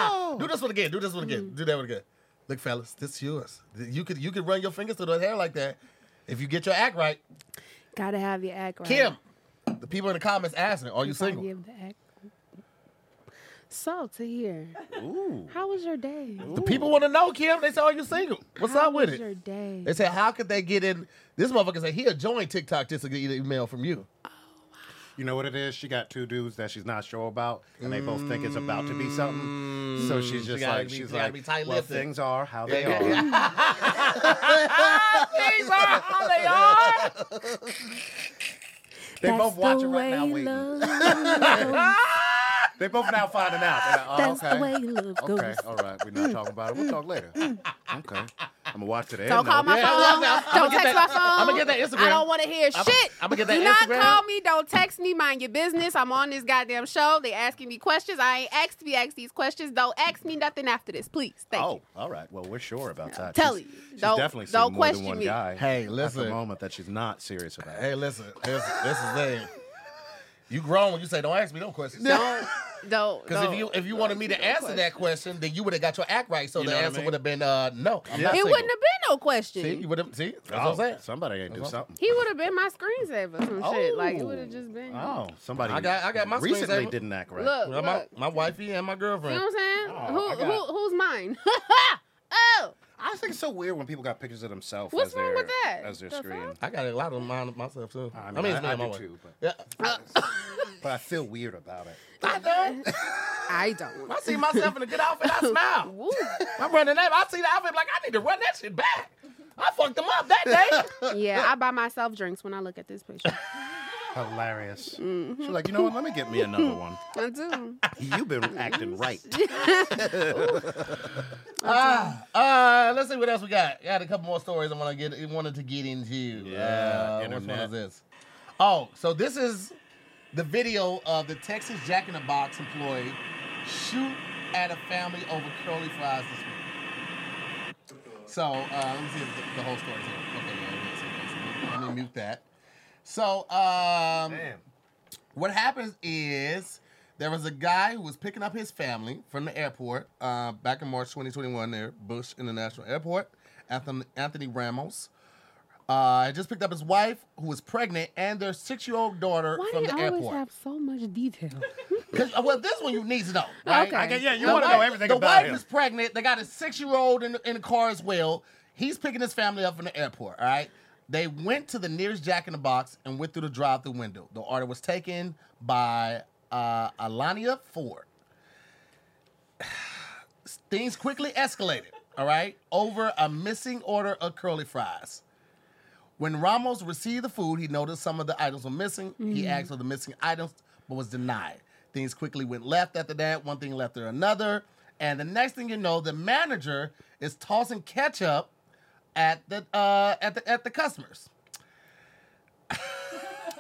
Oh.
Do this one again. Do this one again. Do that one again. Look, fellas, this yours. You could you could run your fingers through the hair like that if you get your act right.
[laughs] Gotta have your act right.
Kim, the people in the comments asking, are you
Gotta
single?
give the act. So, to hear,
Ooh.
how was your day?
The people want to know, Kim. They say, are you single? What's
How
up with
was your
it?
day?
They said, how could they get in? This motherfucker said he'll join TikTok just to get an email from you.
You know what it is? She got two dudes that she's not sure about, and they both think it's about to be something. So
Mm.
she's
She
just
gotta
like,
be-
she's
she gotta
like,
be tight-lipped
well,
then."
things are how they
Yeah. [laughs]
are.
These are how they are.
They both
the
watching right now,
way
[laughs]
waiting.
[laughs] love-
They both now finding out. They're like, oh,
That's the way
okay.
love
Okay,
goes.
all right. We're not talking about it. We'll talk
[laughs]
later. Okay. I'm gonna watch it. and
Don't
know.
call my
Yeah, I love that.
phone. Don't
I'ma get
text
that-
my phone.
I'ma get that Instagram.
I don't want to hear
I'ma-
shit.
I'ma get
Do
that
not
Instagram.
call me. Don't text me. Mind your business. I'm on this goddamn show. They asking me questions. I ain't asked to be asked these questions. Don't ask me nothing after this, please. Thank
Oh,
you.
all right. Well, we're sure about that.
tell
She's-
you.
she's
Don't-
definitely seen
don't
more than
question
one
me.
guy.
[laughs] Hey,
At
listen.
the moment that she's not serious about.
Hey, listen, this, this is it. You grown when you say don't ask me no questions.
Don't. Don't.
Because
don't-
if you if you
don't
wanted me
ask
to answer
no
that question, then you would have got your act right. So
You
the
know what I
answer
mean?
would have been uh, no. I'm not
question.
Yeah.
single.
It wouldn't have been no question.
See, you would have see. That's
Oh,
what I'm saying.
somebody ain't do
That's all.
something.
He would have been my screensaver or some shit. Like it
Oh.
would have just been.
Oh, somebody.
I got- I got my
recently
screensaver.
didn't act right.
Look,
Well,
look.
my, my wifey and my
you
girlfriend.
know what I'm saying?
Oh, I
who,
got-
who, who's mine? [laughs] oh,
I think it's so weird when people got pictures of themselves.
What's
as their,
wrong with that?
As their
The
screen.
I got a lot of mine myself too.
I
I
mean,
mean, it's
I-
me
I
and my
do
wife.
too, but-
Yeah.
But I feel weird about it.
I don't.
I don't.
I see myself in a good outfit, I smile.
[laughs] woo.
I'm running that. I see the outfit, like I need to run that shit back. I fucked them up that day.
yeah, I buy myself drinks when I look at this picture.
Hilarious.
Mm.
She's like, you know what? Let me get me another one.
[laughs]
I do.
You've been acting right.
Ah, uh, let's see what else we got. Got a couple more stories I want to get wanted to get into.
Yeah,
uh, which one
internet.
is this? Oh, so this is the video of the Texas Jack in the Box employee shoot at a family over curly fries this week. So uh, let me see if the, the whole story is here. Okay, yeah, it is. Okay, so let me mute that. So um, what happens is there was a guy who was picking up his family from the airport uh, back in March 2021 there, Bush International Airport, Anthony, Anthony Ramos. Uh, he just picked up his wife who was pregnant and their six year old daughter
Why do
from
you
the
always
airport.
have so
[laughs]
much detail?
'Cause, uh, well, this one you need to know, right?
Okay. Okay, yeah,
you
The
wanna
wife-
know everything
The
about
wife
him.
is pregnant. They got a six-year-old in the, in the car as well. He's picking his family up from the airport. All right. They went to the nearest Jack in the Box and went through the drive-through window. The order was taken by uh, Alania Ford. [sighs] Things quickly escalated. All right, over a missing order of curly fries. When Ramos received the food, he noticed some of the items were missing. He asked for the missing items, but was denied. Things quickly went left after that, one thing left to another. And the next thing you know, the manager is tossing ketchup at the uh, at the at the customers.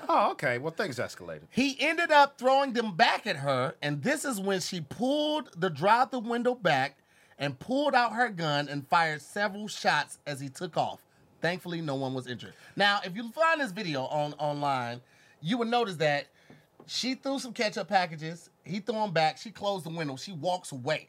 Oh, okay. Well, things escalated.
He ended up throwing them back at her, and this is when she pulled the drive-through window back and pulled out her gun and fired several shots as he took off. Thankfully, no one was injured. Now, if you find this video on online, you will notice that she threw some ketchup packages. He threw them back. She closed the window. She walks away.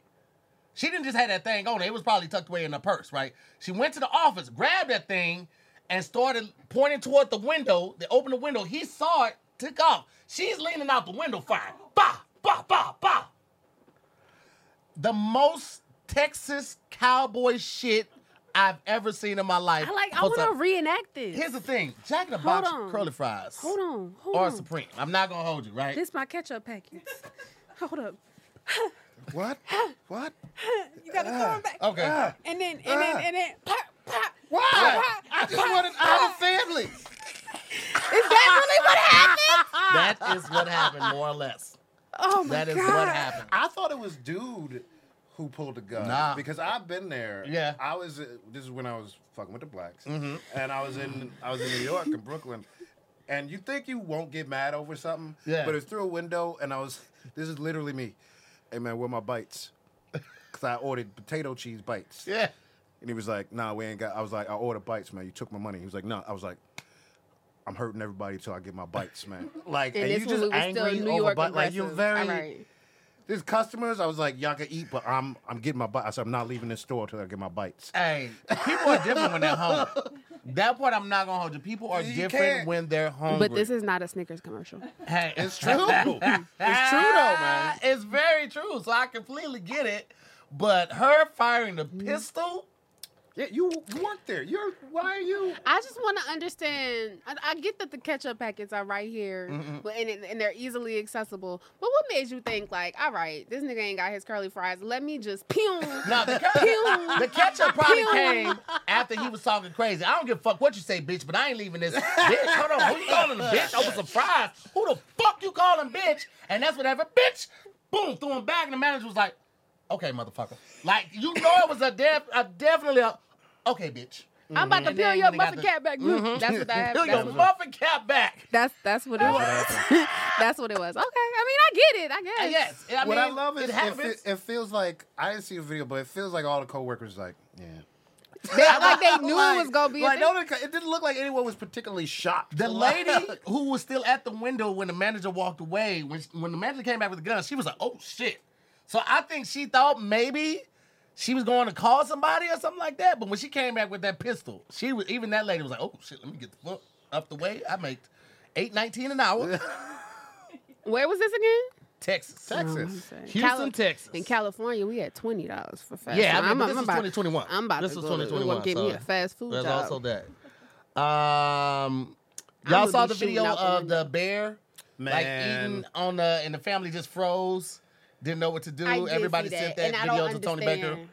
She didn't just have that thing on. It was probably tucked away in her purse, right? She went to the office, grabbed that thing, and started pointing toward the window. They opened the window. He saw it, took off. She's leaning out the window, fine. Bah, bah, bah, bah. The most Texas cowboy shit I've ever seen in my life.
I like. I
Hold
want to
up.
reenact this.
Here's the thing Jack in the Box
on.
curly fries
hold on. Hold
or
on.
Supreme. I'm not going to hold you, right?
This my ketchup
[laughs]
packets. Hold up.
What? What?
You gotta throw it back.
okay.
Ah,
And then and then and then pop pop.
Why?
Pop, pop.
[laughs] I just want an honest family.
Is that really what happened?
[laughs] That is what happened, more or less.
Oh my
That is
god.
what happened.
I thought it was dude who pulled the gun.
Nah.
Because I've been there.
Yeah.
I was. uh, This is when I was fucking with the blacks,
Mm-hmm.
and I was in. I was in New York and Brooklyn, and you think you won't get mad over something.
Yeah.
But it's through a window, and I was. This is literally me. Hey man, where my bites? Because I ordered potato cheese bites.
Yeah.
And he was like, "Nah, we ain't got." I was like, "I ordered bites, man. You took my money." He was like, "No." I was like, "I'm hurting everybody till I get my bites, man." Like, and,
And,
you
this one
just
we was
angry
still in New
over
York.
bite. Like you're
aggressive.
very.
All right.
There's customers. I was like, "Y'all can eat, but I'm I'm getting my bites. I said, I'm not leaving this store till I get my bites."
Hey, people are different when they're hungry. That part I'm not gonna hold you. People are
You
different
can't-
when they're hungry.
But this is not a Snickers commercial.
hey, [laughs]
It's true. it's true though, man.
It's
Mm.
very true. So I completely get it. But her firing the pistol
Yeah, you, you work there. You're why are you?
I just want to understand. I, I get that the ketchup packets are right here, but and, it- and they're easily accessible. But what made you think like, all right, this nigga ain't got his curly fries. Let me just pew.
[laughs] Nah, the, ketchup, the ketchup probably
Pew.
came after he was talking crazy. I don't give a fuck what you say, bitch, but I ain't leaving this bitch. Hold on, who you calling a bitch? I was surprised. Who the fuck you calling bitch? And that's whatever, bitch. Boom, threw him back, and the manager was like, "Okay, motherfucker." Like you know, it was a def, a definitely a, okay, bitch.
[laughs] I'm about to
And
peel
then
your
when he got
muffin
the- Mm-hmm.
cap back. That's what I have.
[laughs] Peel
That's,
your
what-
muffin cap back.
that's that's what it was. [laughs] that's what it was. Okay, I mean, I get it. I guess.
And yes, I mean,
what I love is
it
it,
happens.
fe- it feels like I didn't see a video, but it feels like all the coworkers like yeah.
[laughs]
They- like they knew it
Like-
was gonna be. a
Like
thing.
no, it didn't look like anyone was particularly shocked.
The lady who was still at the window when the manager walked away, when when the manager came back with the gun, she was like, "Oh shit!" So I think she thought maybe she was going to call somebody or something like that. But when she came back with that pistol, she was even that lady was like, "Oh shit, let me get the fuck up the way." I make eight nineteen an [laughs] hour,
Where was this again?
Texas,
Texas.
Houston,
Cali-
Texas.
In California, we had twenty dollars for fast.
Yeah, I
food.
mean, but
I'm,
this
I'm
was
about,
2021.
I'm about
This
to
was
go to- we're gonna
2021,
Give me
so
a fast food
There's
job.
also that. Um,
I
y'all
would
saw
be
the video
shooting out the
of
window.
the bear like
Man.
eating on the, and the family just froze, didn't know what to do.
I did
Everybody
see
sent
that,
that
and I
video to
don't
Tony Baker.
understand.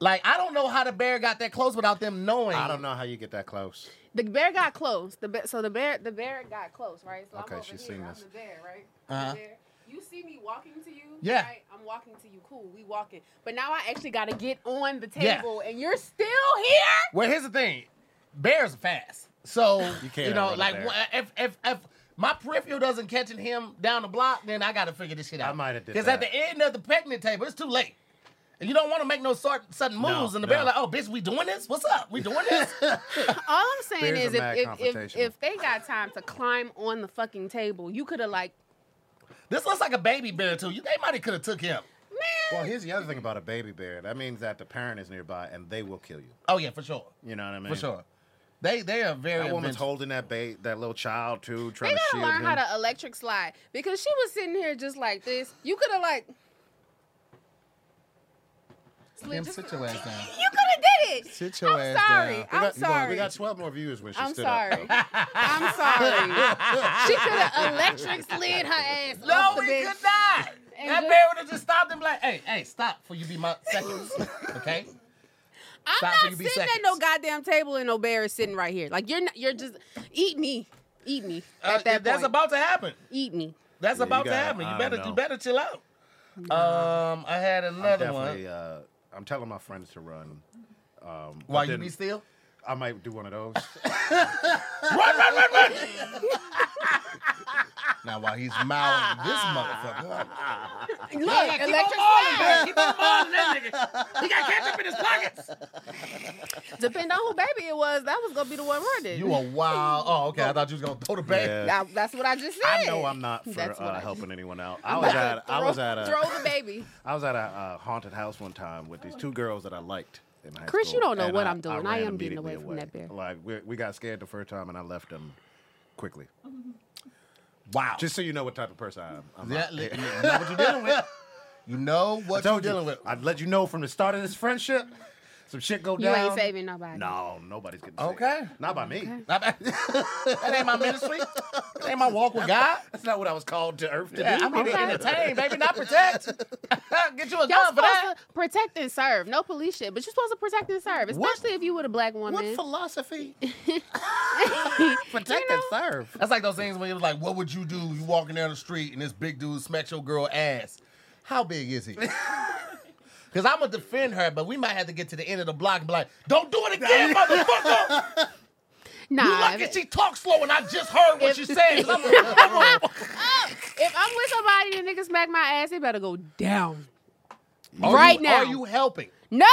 Like I don't know how the bear got that close without them knowing.
I don't know how you get that close.
The bear got close. The bear, so the bear, the bear got close, right? So
Okay,
I'm over
she's
here.
seen
I'm
this.
the bear, right?
Uh-huh.
The bear. You see me walking to you?
Yeah.
Right? I'm walking to you. Cool. We walking. But now I actually got to get on the
Yeah.
table, and you're still here.
Well, here's the thing, bears are fast, so you,
You can't
know,
outrun a
like
bear.
wha- if if if my peripheral doesn't catching him down the block, then I got to figure this shit out.
might have did
at
that.
the end of the picnic table, it's too late. And you don't want to make no sort, sudden
No,
moves, and the
no.
bear like, oh, bitch, we doing this? What's up? We doing
[laughs]
this?
All I'm saying
Bears
is,
are mad
if if, if
confrontational.
if they got time to climb on the fucking table, you could have like,
this looks like a baby bear too. You, they might have could have took him.
man.
Well, Oh, here's the other thing about a baby bear. That means that the parent is nearby and they will kill you.
Oh yeah, for sure,
You know what I mean?
for sure. They they are very.
That woman's
adventurous.
holding that ba- that little child too,
They
trying to
gotta
shield
learn
him.
how to electric slide because she was sitting here just like this. You could have like.
Him
Slid just-
sit your ass down.
You could have did it.
Sit your
I'm
ass
sorry.
down.
We
I'm
got,
sorry.
We got 12 more views when she
I'm
stood
sorry.
up. though.
I'm sorry. She could have electric slid her ass.
No,
off the
we
bench.
could not.
[laughs] And
that
just-
bear would have just stopped and be like, hey, hey, stop before you be my
[laughs]
seconds. Okay?
I'm
Stop
not
till you
sitting
be
at
seconds.
no goddamn table and no bear is sitting right here. Like you're not, you're just eat me, eat me. At
Uh,
that
that's
point.
about to happen.
eat me.
That's
Yeah, you
about to
gotta-
happen. You
I
better
don't
you
know.
better chill out. Um, I had
I'm
another
definitely,
one.
uh, I'm telling my friends to run. Um, but
While you
then
be still?
I might do one of
[laughs]
those.
Run, run, run, run! now while he's mouthing this motherfucker.
Look,
Keep on mauling,
electric slide.
man. Keep on mauling that nigga. He got ketchup in his pockets.
[laughs] Depending on who baby it was, that was gonna be the one running.
You a wild. Oh, okay. I thought you was gonna throw the bag.
Yeah.
That- that's what I just said.
I know I'm not for
That's what
uh,
I-
helping anyone out. I was at I was at
throw
a
the
[laughs]
baby.
I was at a uh, haunted house one time with these two girls that I liked. In high
Chris, you
school,
don't know
and
what I'm doing. I
ran
am getting
immediately
away from that bear.
Like we, we got scared the first time, and I left them quickly.
Wow.
Just so you know what type of person I am. I'm
Yeah,
not-
li- you know what you're dealing with. You know
I
what you're
told
dealing
you.
with.
I'd let you know from the start of this friendship. Some shit go
You
down.
ain't saving nobody.
No, nobody's getting saved.
Okay.
Not by me.
that ain't my ministry. That ain't my walk with God.
That's not what I was called to earth to
Yeah,
do.
I'm here to
Okay.
entertain, baby, not protect. [laughs] Get you a
Y'all
gun for
supposed
that.
to protect and serve. No police shit, but you're supposed to protect and serve, especially if you with a black woman.
What philosophy? Protect and serve.
That's like those things when it was like, what would you do? You walking down the street and this big dude smacks your girl ass. How big is he? Because I'm going to defend her, but we might have to get to the end of the block and be like, don't do it again, motherfucker.
nah,
You lucky
if, [laughs]
she talks slow and I just heard what
If-
she said. 'cause I'm- [laughs] I'm a-
[laughs] Ah, if I'm with somebody and niggas smack my ass, they better go down.
Are you-
Right now.
Are you helping?
No.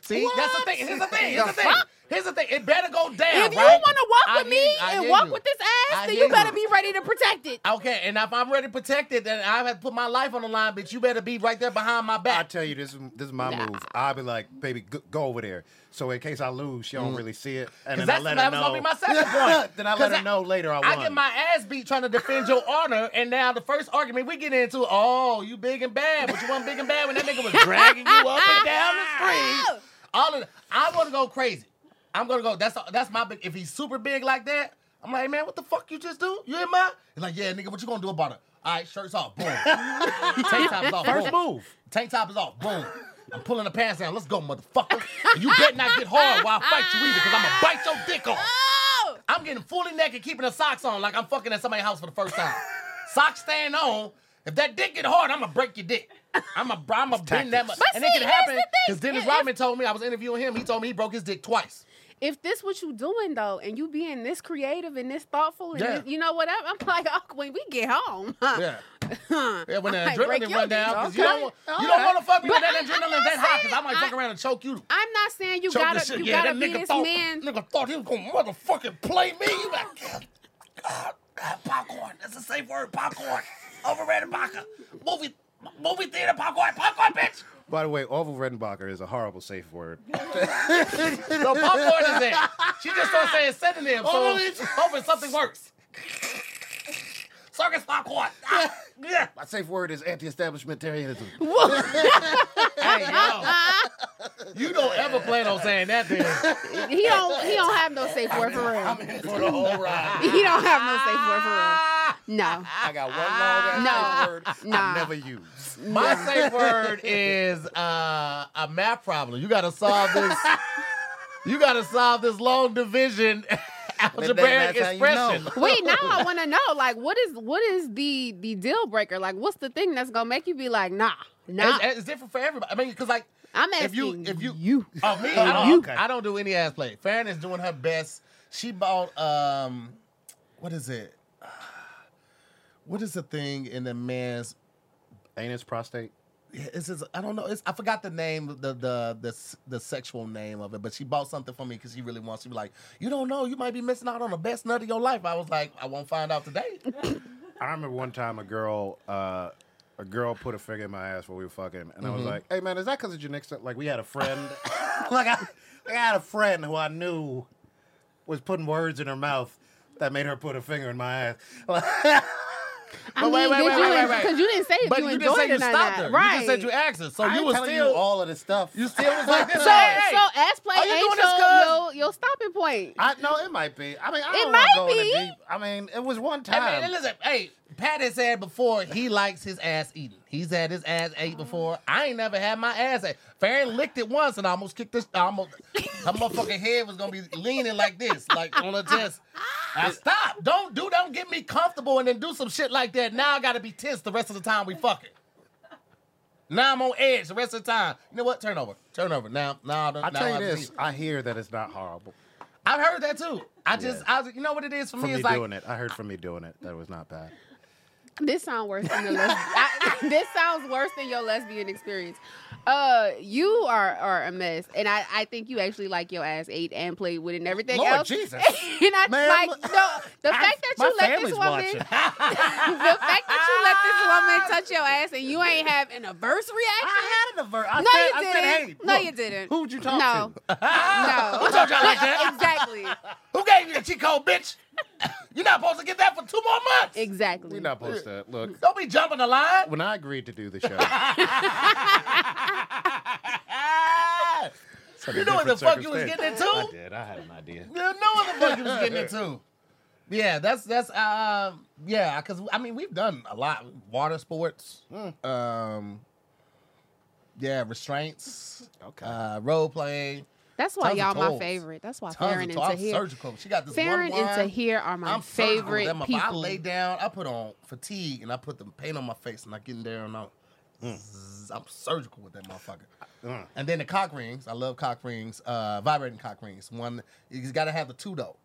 See, that's the thing. Here's the thing. Here's the,
The
thing.
fuck?
Here's the thing. It better go down.
If you
right?
want to walk
I hear
with me
you. I
and
hear
walk
you.
with this
I
ass, then
hear
you better
you.
be ready to protect it.
Okay, and if I'm already protected, then I have to put my life on the line, bitch. You better be right there behind my
I
back.
tell you, this is this is my
Nah.
move. I'll be like, baby, go, go over there. So in case I lose, she don't really see it, and
Because Mm.
then
that's
I let
that
her
was
know.
gonna be my
[laughs]
second point.
then I
'Cause
let her know later. I
I
won.
get my ass beat trying to defend
[laughs]
your honor, and now the first argument we get into, oh, you big and bad, but you weren't big and bad when that nigga was dragging you up and down the street. All of that. I'm gonna go crazy. I'm gonna go. That's that's my big. If he's super big like that, I'm like, man, what the fuck you just do? You in my? He's like, yeah, nigga, what you gonna do about it? All right, shirts off,
[laughs]
boom. Tank top is off,
First
boom.
move.
Tank top is off, boom. I'm pulling the pants down. Let's go, motherfucker. And you better not get hard while I fight you either, because I'm gonna bite your dick off. I'm getting fully naked, keeping the socks on, like I'm fucking at somebody's house for the first time. socks staying on. If that dick get hard, I'ma break your dick. I'ma I'ma bend that much.
But
and
see,
it can
here's
happen.
the thing.
Because Dennis
If-
Rodman told me I was interviewing him, he told me he broke his dick
[laughs]
twice.
if this what you doing though, and you being this creative and this thoughtful, and
Yeah.
this, you know what? I'm, [laughs] I'm like, oh, when we get home,
Yeah. Yeah, when the
I might break
adrenaline
your
run down, because you
dick,
don't, want-
okay.
you don't want to fuck me
But
with that
I'm- I'm
adrenaline
not
that high, because I
saying
might fuck
I-
around and choke you.
I'm not saying you
choke the
gotta
shit.
you
yeah,
gotta
that
be
nigga
this
thought,
man. [laughs]
nigga thought he was gonna motherfucking play me. You got God, God, popcorn. That's a safe word. Popcorn. Overrated vodka. Movie, movie theater popcorn. Popcorn, bitch.
By the way, Orville Redenbacher is a horrible safe word.
No popcorn is there. She just started saying synonym, so hoping something works. Circus popcorn. Ah, yeah.
My safe word is anti-establishmentarianism.
Hey, yo. You don't ever plan on saying that thing.
He don't he don't have no safe word for
[laughs]
real.
I'm in for the whole ride. [laughs]
He don't have no safe word for real. No,
I got one long ass safe
Nah.
word [laughs]
Nah.
I never use.
My safe word is uh, a math problem. You gotta solve
[laughs]
this. you gotta solve this long division [laughs] algebraic
that's how you
[laughs]
know.
expression.
wait. Now I want to know, like, what is what is the the deal breaker? Like, what's the thing that's gonna make you be like, nah, nah?
It's, it's different for everybody. I mean, because like,
I'm asking
if you, if you,
you.
oh me, I don't,
You.
I don't do any ass play. Farron is doing her best. She bought um, what is it? [sighs] What is the thing in the man's
Anus, prostate.
Yeah, it's just, I don't know. It's, I forgot the name, the, the the s- the sexual name of it. But she bought something for me because she really wants to be like, you don't know, you might be missing out on the best nut of your life. I was like, I won't find out
[laughs]
today.
I remember one time a girl, uh, a girl put a finger in my ass while we were fucking, and I was like, "Hey man, is that because of your next?" Like we had a [laughs] friend, like, I, like I had a friend who I knew was putting words in her mouth that made her put a finger in my ass. [laughs]
I
But
mean,
wait, wait,
did
wait,
you?
wait, wait, wait.
Because you didn't say if
but
you,
you didn't
enjoyed
say
it or
you
not.
stopped her.
right?
You just said you asked her, so
I
you
ain't
was
telling
still
you all of this stuff.
you still
[laughs]
was like this.
So,
hey, hey.
so ass play
Are you
ain't
doing this
your, your, your stopping point.
I know it might be. I mean, I
It
don't want
might
to go in the
be.
deep. I mean, it was one
Hey,
time.
man, listen, hey, Pat has said before he likes his ass eaten. He's had his ass ate before. I ain't never had my ass ate. Farron licked it once and I almost kicked this. I almost, her motherfucking head was gonna be leaning like this, like on her chest. I stop. Don't do. Don't get me comfortable and then do some shit like that. Now I gotta be tense the rest of the time we fucking. Now I'm on edge the rest of the time. You know what? Turn over. Turn over. Now, now,
I
now
tell you
have to
this,
see.
I hear that it's not horrible.
I've heard that too. I just, I was- you know what it is for
From
me?
me
It's like
doing it, I heard from me doing it that it was not bad.
This sounds worse than the lesbian. this sounds worse than your lesbian experience. Uh, you are are a mess, and I, I think you actually like your ass ate and played with it and everything
Oh,
Lord
else.
Jesus.
[laughs] and I
Ma'am,
like no, the fact that
My
you let
family's
this woman,
watching. [laughs]
[laughs] the fact that you let this woman touch your ass and you ain't have an adverse reaction.
I had an aver- I
No,
said,
you
I
didn't.
said, hey,
no,
look,
you didn't.
Who'd you talk
no.
to? [laughs]
No,
Who told y'all
[laughs]
like that?
exactly,
Who gave you the cheat code, bitch? [laughs] You're not supposed to get that for two more months.
exactly.
We're not supposed to look.
Don't be jumping the line.
When I agreed to do the [laughs] show,
Ah, you know what the fuck you was getting into?
I
You
did. I had an idea.
know what the fuck you was getting into. Yeah, that's that's um yeah, cause I mean we've done a lot water sports,
Hmm.
um, yeah restraints,
Okay.
uh, role playing.
That's why
Tons of
y'all my
toes.
favorite. That's why
Tons
Farron
of
and
to- I'm
Tahir.
surgical. She got this
Farron
one
and
wine.
Tahir are my
I'm surgical with
favorite
that motherfucker.
people.
I lay down, I put on fatigue, and I put the paint on my face, and I get in there and I'm, zzz, I'm surgical with that motherfucker.
Mm.
And then the cock rings. I love cock rings, uh, vibrating cock rings. One, you got to have the two though,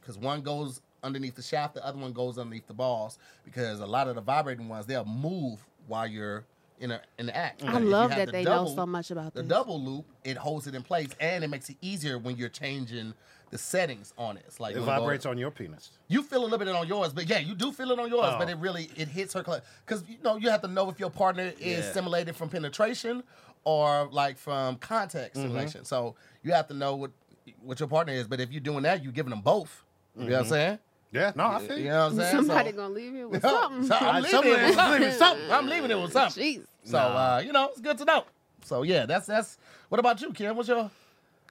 because one goes underneath the shaft, the other one goes underneath the balls. Because a lot of the vibrating ones, they'll move while you're in a in the act.
I
But if you
love
have
that
the
they know
double-
so much about
the
this.
double loop, it holds it in place, and it makes it easier when you're changing the settings on it. It's like
It
when you go-
vibrates on your penis.
you feel a little bit on yours, but yeah, you do feel it on yours,
Oh.
but it really it hits her because you know you have to know if your partner is
Yeah.
stimulated from penetration or like from contact
Mm-hmm.
stimulation. So you have to know what what your partner is. But if you're doing that, you're giving them both. You know what I'm
Mm-hmm.
saying?
Yeah, no, I feel
You
you.
[laughs]
know what I'm saying?
Somebody
so, [laughs]
gonna leave you with
No,
something. [laughs]
so I'm
Somebody
leaving it with
is
something.
leaving [laughs] something.
I'm leaving it with something.
Jeez.
So uh, you know, it's good to know. So yeah, that's that's. What about you, Kim? What's your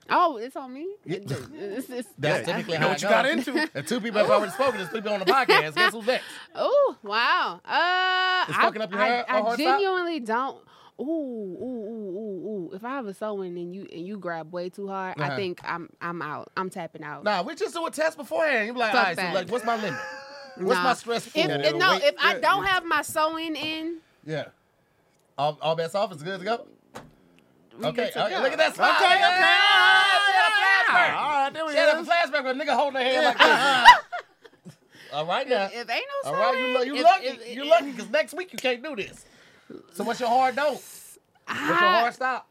Oh, it's on me. [laughs] It's,
That's
Yeah,
typically
you
how
know
it
what you got
goes.
into.
[laughs] And two people have already spoken. There's three people on the podcast. Guess who's next?
oh wow. Uh,
It's
I,
fucking up your
I,
hair-
I
or hard stop?
genuinely don't. Ooh, ooh, ooh, ooh, ooh. If I have a sewing and you and you grab way too hard,
Uh-huh.
I think I'm I'm out. I'm tapping out.
Nah, we just do a test beforehand. You're like,
Fuck
all right, so
that.
like, what's my limit? What's
Nah.
my stress for?
If,
Yeah,
if-
the
no,
weight-
if I
yeah,
don't
you-
have my sewing in,
yeah. All, all bets off. It's good to go.
we
Okay,
good to
okay, Ah,
go.
look at that smile.
Okay, okay.
okay.
All right, there we
She had a
go.
flashback with a nigga holding her hand like this.
[laughs]
All right now.
If, if ain't no
All right,
sewing,
you, lu- you
if-
lucky.
if-
you
if-
lucky because next week you can't do this. So what's your hard no? What's your
I,
hard stop?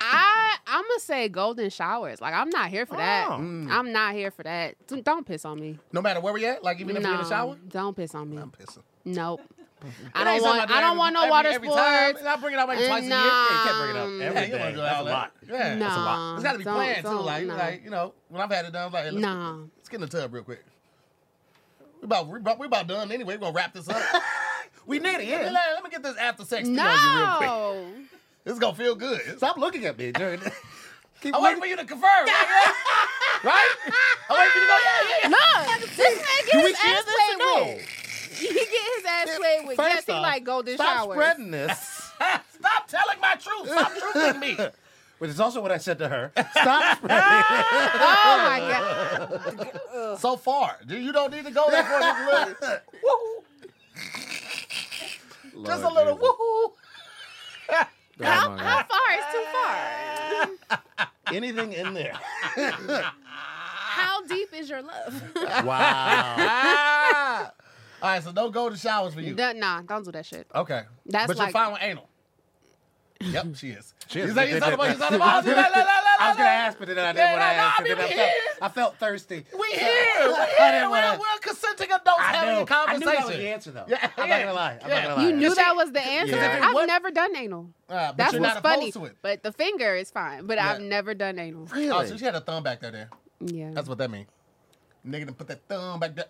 I I'm gonna say golden showers. Like I'm not here for that.
Oh.
I'm not here for that. D- Don't piss on me.
No matter where we at, like even if we in the
No,
shower,
Don't piss on me.
I'm pissing.
Nope.
[laughs] It
I don't
ain't
want.
something do
I don't
every-
want no
every-
water
every time.
sports.
And I bring it out like
Uh,
twice a year.
nah.
Yeah, you can't
bring it up every
Yeah, you wanna
day.
do
That's
all
a
that.
lot.
Yeah,
No,
that's a lot. It's got to be
don't-
planned too.
don't,
Like,
no.
like you know, when I've had it done, I'm like, hey, let's,
Nah.
let's get in the tub real quick. We about we about, we about done anyway. We're gonna wrap this up.
We need it,
Let me-
yeah.
let me get this after sex tea on you real quick.
No.
This is gonna feel good.
Stop looking at me [laughs] during this. Keep
I wait for you to confirm.
[laughs]
right? Right? I wait for you to go. Yeah, yeah, yeah.
[laughs] Look, this man get his ass played
or
with. [laughs] He get his ass played with.
First
Yes, he
off,
like golden
Stop
showers.
spreading this.
[laughs] Stop telling my truth. Stop truthing me.
Which is also what I said
[laughs]
to her. Stop spreading it.
Oh my god.
So far, dude, you don't need to go there for just a
[laughs]
little. woo-hoo. Just a
Lord
little
Jesus.
woohoo.
Oh,
How,
my
how
God.
far is too far?
[laughs]
Anything in there.
[laughs] How deep is your love?
Wow.
Ah. [laughs] All right, so no golden showers for you.
Nah, nah, don't do that shit.
Okay.
That's
but
like-
you're fine with anal. Yep, she is.
[laughs] She is.
You say you talking about you talking
I
about.
was
La,
gonna-
la, la, la,
I was
la,
going to
la.
ask, but then I didn't
Yeah,
want to
no, no,
ask.
I
and
mean,
then
we
I, felt,
here.
I felt thirsty.
We here. We
I didn't
here. We're,
wanna-
we're consenting adults having a
I knew
conversation.
that was the answer, though. I'm not going to lie. I'm
Yeah.
not going to lie.
You knew
Cause
that
she-
was the answer.
if it
I've
wa-
never done anal.
Uh, but
That's
you're
what's
not
funny.
opposed to it.
But the finger is fine. But I've
Yeah.
never done anal.
Oh, so she had a thumb back there. There.
Yeah,
That's what that means. Nigga, done put that thumb back there.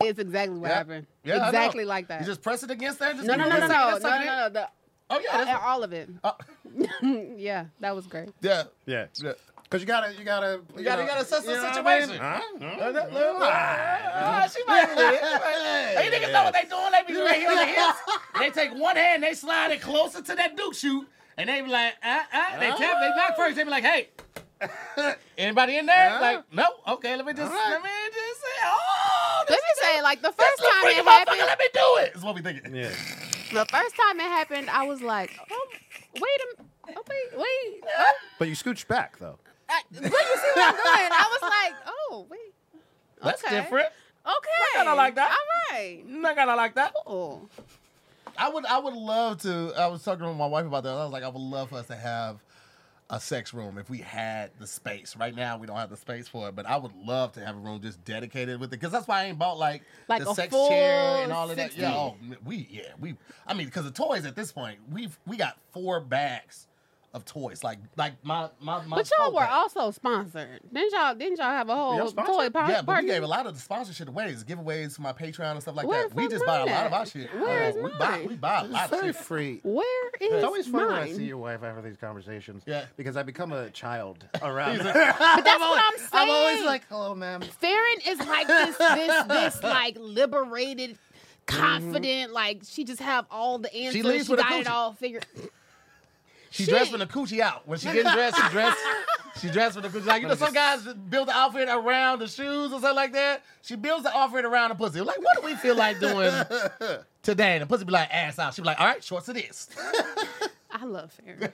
it's exactly what
Yeah.
happened.
Yeah, I know.
exactly like that.
You just press it against that. Just
no,
keep
no, no, no, no,
pressing
no,
against
no,
it.
no, the-
Oh yeah, that's,
all of it.
uh,
[laughs] yeah, that
[laughs]
was great.
yeah.
[laughs] Yeah.
Yeah.
Because you got to, you got to,
You gotta, you gotta assess the
you know what I
situation.
mean? Huh?
Uh, that- look, ah, She might be lit. Hey, niggas know what they doing. They be right here on the
[laughs]
hips. They take one hand, they slide it closer to that Duke shoot, and they be like, uh, uh.
Uh-huh.
They tap, they knock first. They be like, hey, anybody in there?
Uh-huh.
Huh?
Like, no. Okay, let me just,
right.
let me just say, oh,
Let
this
me say, like the
this
first
little
time
freaking
it
motherfucker,
happened,
let me do it. Is what we thinking.
Yeah.
the first time it happened, I was like, oh, wait a, m- oh, wait, wait. Oh,
But you scooched back, though.
I, but you see what I'm doing? I was like, oh, wait.
That's
Okay.
different.
Okay.
kinda like that.
All right.
Not gonna like that.
Oh.
I would I would love to. I was talking with my wife about that. I was like, I would love for us to have a sex room if we had the space. Right now, we don't have the space for it, but I would love to have a room just dedicated with it because that's why I ain't bought like,
Like
the
a
sex
full
chair and all of that.
16.
Yeah, oh, m- we yeah we. I mean, because the toys at this point, we've we got four bags of toys. Like like my my my.
But y'all
tote
were
bag.
also sponsored. Didn't y'all? Didn't y'all have a whole
Y'all sponsored?
toy par-
Yeah, but
party?
we gave a lot of the sponsorship away. It's giveaways to my Patreon and stuff like
Where
that. We
the
just
fuck
buy a
mine
lot of
at?
our shit.
Where
Uh,
is
we buy
mine?
we buy a lot
It's
of
very
shit.
free.
Where is
It's always fun when I see
mine?
your wife after these conversations.
Yeah.
Because I become
[laughs]
a child around. her.
But that's what I'm saying.
I'm always like, hello, ma'am.
Farron is like this,
[laughs]
this, this, like liberated, confident. Like she just have all the answers.
Mm-hmm. leaves with a
got it
coochie.
all figured.
She
Shit.
dressed with the coochie out. When she didn't dress, she dressed. She dressed with the coochie. Like you know, some guys build the outfit around the shoes or something like that. She builds the outfit around the pussy. Like, what do we feel like doing today? And the pussy be like, ass out. She be like, all right, shorts it is.
I love Farron.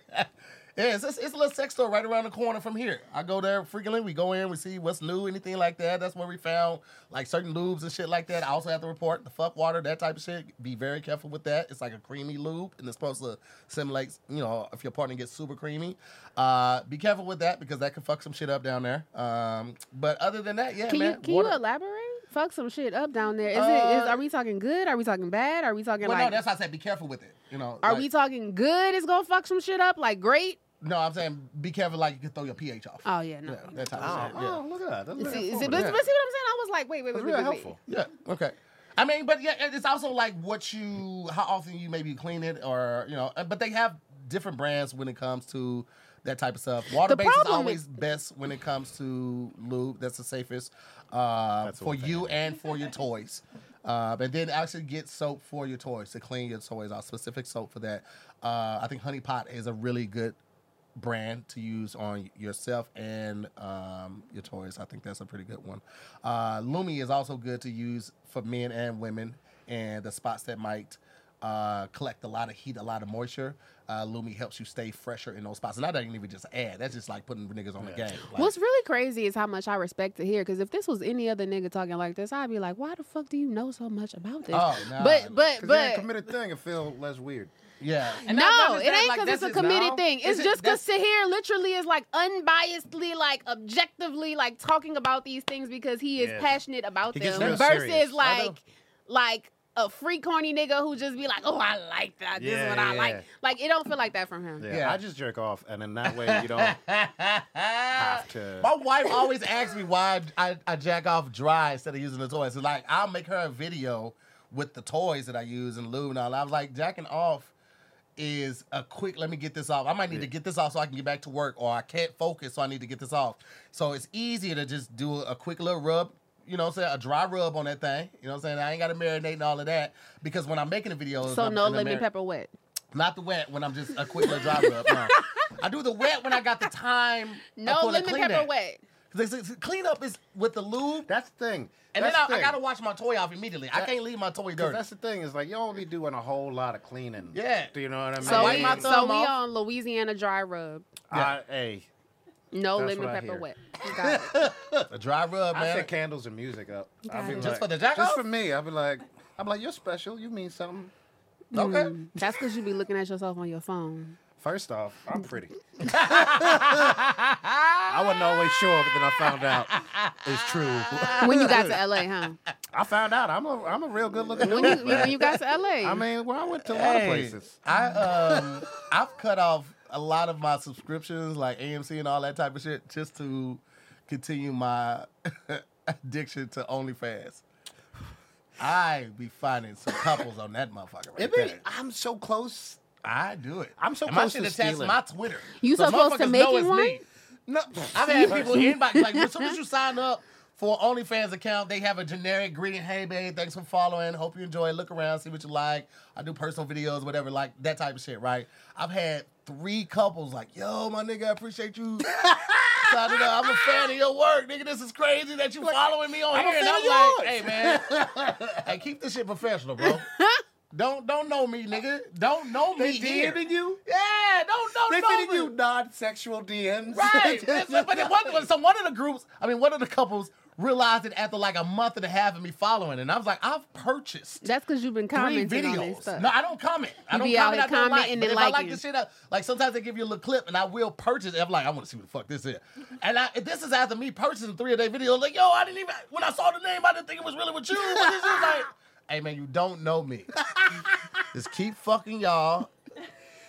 Yeah, it's, it's, it's a little sex store right around the corner from here. I go there frequently. We go in, we see what's new, anything like that. That's where we found like certain lubes and shit like that. I also have to report the fuck water, that type of shit. Be very careful with that. It's like a creamy lube, and it's supposed to simulate, you know, if your partner gets super creamy. Uh, be careful with that because that can fuck some shit up down there. Um, but other than that, yeah,
Can
man.
you uh, can
water-
you elaborate? Fuck some shit up down there. Is it? Is,
Uh,
are we talking good? Are we talking bad? Are we talking
Well, no,
like?
that's why I said be careful with it. You know,
are
like-
we talking good? Is gonna fuck some shit up? Like great?
No, I'm saying be careful. Like you can throw your pH off.
Oh yeah, no.
yeah, that type
Oh,
of shit. Yeah.
oh, look at that. That's
See,
very
see- but, but see what I'm
informative.
saying? I was like, wait, wait, wait,
That's
wait,
really
wait, wait.
helpful.
Yeah. Okay. I mean, but yeah, it- it's also like what you, how often you maybe clean it, or you know. uh, But they have different brands when it comes to that type of stuff. Water based is
problem
always
is-
best when it comes to lube. That's the safest uh,
That's
for
what I'm
you
thinking.
and for your toys. Uh, and then actually get soap for your toys to clean your toys. Our specific soap for that. Uh, I think Honey Pot is a really good brand to use on yourself and um, your toys. I think that's a pretty good one. Uh, Lumi is also good to use for men and women and the spots that might uh, collect a lot of heat, a lot of moisture. Uh, Lumi helps you stay fresher in those spots. And I didn't even just add. That's just like putting niggas on the game. Like,
What's really crazy is how much I respect it here. Because if this was any other nigga talking like this, I'd be like, "Why the fuck do you know so much about this?"
Oh, nah.
but but
'Cause you ain't
but
committed thing, it feel less weird.
yeah. [laughs]
no,
Not- not just
it
that,
ain't
like,
because
this
it's a
is
committed
now.
thing. It's
Is it-
just because
that's-
Sahir literally is like unbiasedly, like objectively, like talking about these things because he is
Yes.
passionate about
He gets
them.
real
Versus
serious. I know.
like like a free corny nigga who just be like, "Oh, I like that. This
Yeah,
is what I
yeah, yeah.
like." Like it don't feel like that from him.
Yeah,
Yeah.
I just jerk off, and in that way
[laughs]
you don't have to.
My wife always asks me why I, I jack off dry instead of using the toys. It's like I'll make her a video with the toys that I use and lube and all. I was like, jacking off is a quick. Let me get this off. I might need to get this off so I can get back to work, or I can't focus, so I need to get this off. So it's easier to just do a quick little rub. You know what I'm saying? A dry rub on that thing. You know what I'm saying? I ain't got to marinate and all of that because when I'm making a video, it's
So
not-
no
in the
lemon
mar-
pepper wet.
not the wet when I'm just a quick little dry rub. No. I do the wet when I got the time.
[laughs] No
for the
lemon
cleanup.
pepper wet.
The- the- the Cleanup is with the lube,
That's the thing.
and
that's
then
the
I, I
thing.
gotta wash my toy off immediately. I can't leave my toy
'Cause
dirty.
that's the thing is like you don't be doing a whole lot of cleaning.
Yeah.
do you know what I mean?
So
wipe
we,
my
so
thumb
we
off.
on Louisiana dry rub.
I, hey,
No
That's
lemon
what I
pepper
hear.
wet. You got it.
a dry rub,
I
man.
set candles and music up. I'd be
it.
like,
Just
for the jack
Just
off?
for me, I'd be like, I'm like, you're special. You mean something.
Okay.
Mm.
That's because you be looking at yourself on your
[laughs]
phone.
First off, I'm pretty. I wasn't always sure, but then I found out it's true.
When you got to LA, huh?
I found out I'm a I'm a real good looking
When
dude.
you, when you got to LA.
I mean, well, I went to a lot of
Hey,
places.
I um, [laughs] I've cut off a lot of my subscriptions, like AMC and all that type of shit, just to continue my [laughs] addiction to OnlyFans. I be finding some couples on that motherfucker right
It be-
there.
I'm so close.
I do it.
I'm so
And
close
my
to
shit attached
stealing.
my Twitter.
You so close to
motherfuckers know
making
it's
one?
me.
No,
I've had
[laughs]
people inbox like as soon as you sign up for an OnlyFans account, they have a generic greeting, hey babe, thanks for following. Hope you enjoy. Look around, see what you like. I do personal videos, whatever, like that type of shit, right? I've had three couples like, yo, my nigga, I appreciate
[laughs]
you. signing up. I'm a fan of your work, nigga. This is crazy that you following me on
I'm a
here. And
fan
I'm
of
like, hey man, hey, keep this shit professional,
[laughs]
bro. Don't don't know me, nigga. Don't know me
They
here.
DMing you.
Yeah, don't don't
They
know
feeding
me.
you non-sexual DMs. [laughs]
Right. but but then one, so one of the groups, I mean, one of the couples realized it after like a month and a half of me following, and I was like, I've purchased
That's because you've been
three
commenting on this
videos.
stuff.
No, I don't comment. I
You
don't
be out
comment. I
here
don't like.
commenting
But
and
if I like
liking.
the shit, I, like sometimes they give you a little clip, and I will purchase. it. I'm like, I want to see what the fuck this is. And I, if this is after me purchasing three of their videos. Like, yo, I didn't even when I saw the name, I didn't think it was really with you. What this is [laughs] like. Hey man, you don't know me. Just keep fucking y'all.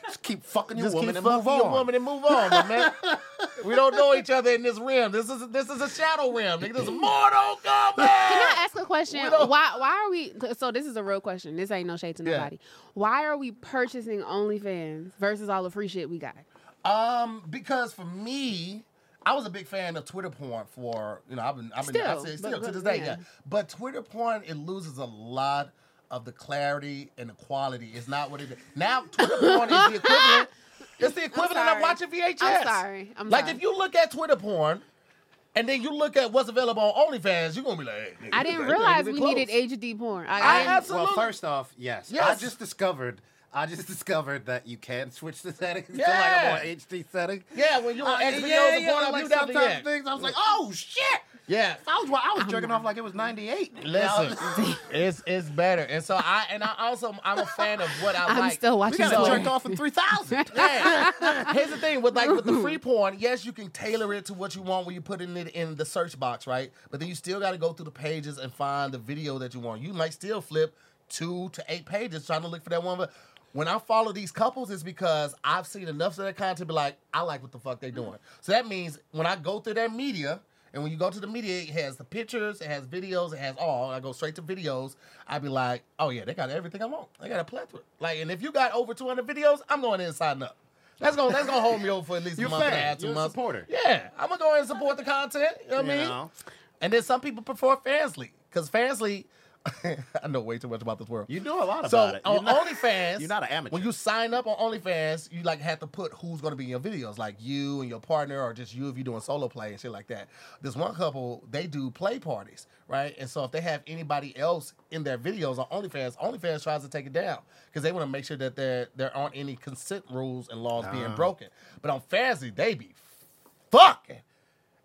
Just keep fucking your
Just
woman
keep
and
fucking
move on.
your woman and move on, my man. [laughs] we don't know each other in this realm. This is this is a shadow realm. Nigga. This is [laughs] Mortal
Can
Kombat.
I ask a question?
We don't-
Why why are we so this is a real question. This ain't no shade to
Yeah.
nobody. Why are we purchasing OnlyFans versus all the free shit we got?
Um, because for me, I was a big fan of Twitter porn for you know I've been I've been I
Still,
say
but-
still to
but-
this day yeah.
yeah.
But Twitter porn it loses a lot of the clarity and the quality. It's not what it is now. Twitter porn is the
[laughs]
equivalent. It's the equivalent of
sorry.
watching VHS.
I'm sorry. I'm
like
sorry.
if you look at Twitter porn. And then you look at what's available on OnlyFans, you're gonna be like, hey, nigga,
I
this
didn't
ain't
realize
even
we
close.
needed HD porn.
I
I, I-
abs- absolutely.
Well, first off, yes.
Yes.
I just discovered. I just discovered that you can switch the settings to
Yeah.
like a more HD setting.
Yeah, when you were
Uh,
X videos
yeah,
and
yeah,
porn, I
like
viewed that
sometimes
thing.
things. I was like, oh shit!
Yeah.
I was I was jerking off like it was '98.
Listen, [laughs] it's it's better, and so I and I also I'm a fan of what I
I'm
like.
still
we
watching
got
so-
to
porn.
jerk off in
[laughs]
three thousand.
Yeah. Here's the thing with like with
[laughs]
the free porn, yes, you can tailor it to what you want when you put in it in the search box, right? But then you still got to go through the pages and find the video that you want. You might still flip two to eight pages trying to look for that one. But when I follow these couples, it's because I've seen enough of their content. to Be like, I like what the fuck they doing. So that means when I go through their media. And when you go to the media, it has the pictures, it has videos, it has all. I go straight to videos. I be like, oh yeah, they got everything I want. They got a plethora. Like, and if you got over 200 videos, I'm going in and signing up. That's gonna that's gonna hold me over for at least
You're
a month and a
fan.
half, 2
You're a
months.
supporter.
Yeah, I'm gonna go in and support the content. You know what I
You
mean?
know?
And then some people prefer Fansly because Fansly, [laughs] I know way too much about this world.
You know a lot
so
about it. You're
on
not-
OnlyFans,
you're not an amateur.
When you sign up on OnlyFans, you like have to put who's going to be in your videos, like you and your partner, or just you if you're doing solo play and shit like that. This one couple, they do play parties, right? And so if they have anybody else in their videos on OnlyFans, OnlyFans tries to take it down because they want to make sure that there there aren't any consent rules and laws
Ah.
being broken. But on Fansly, they be fucking.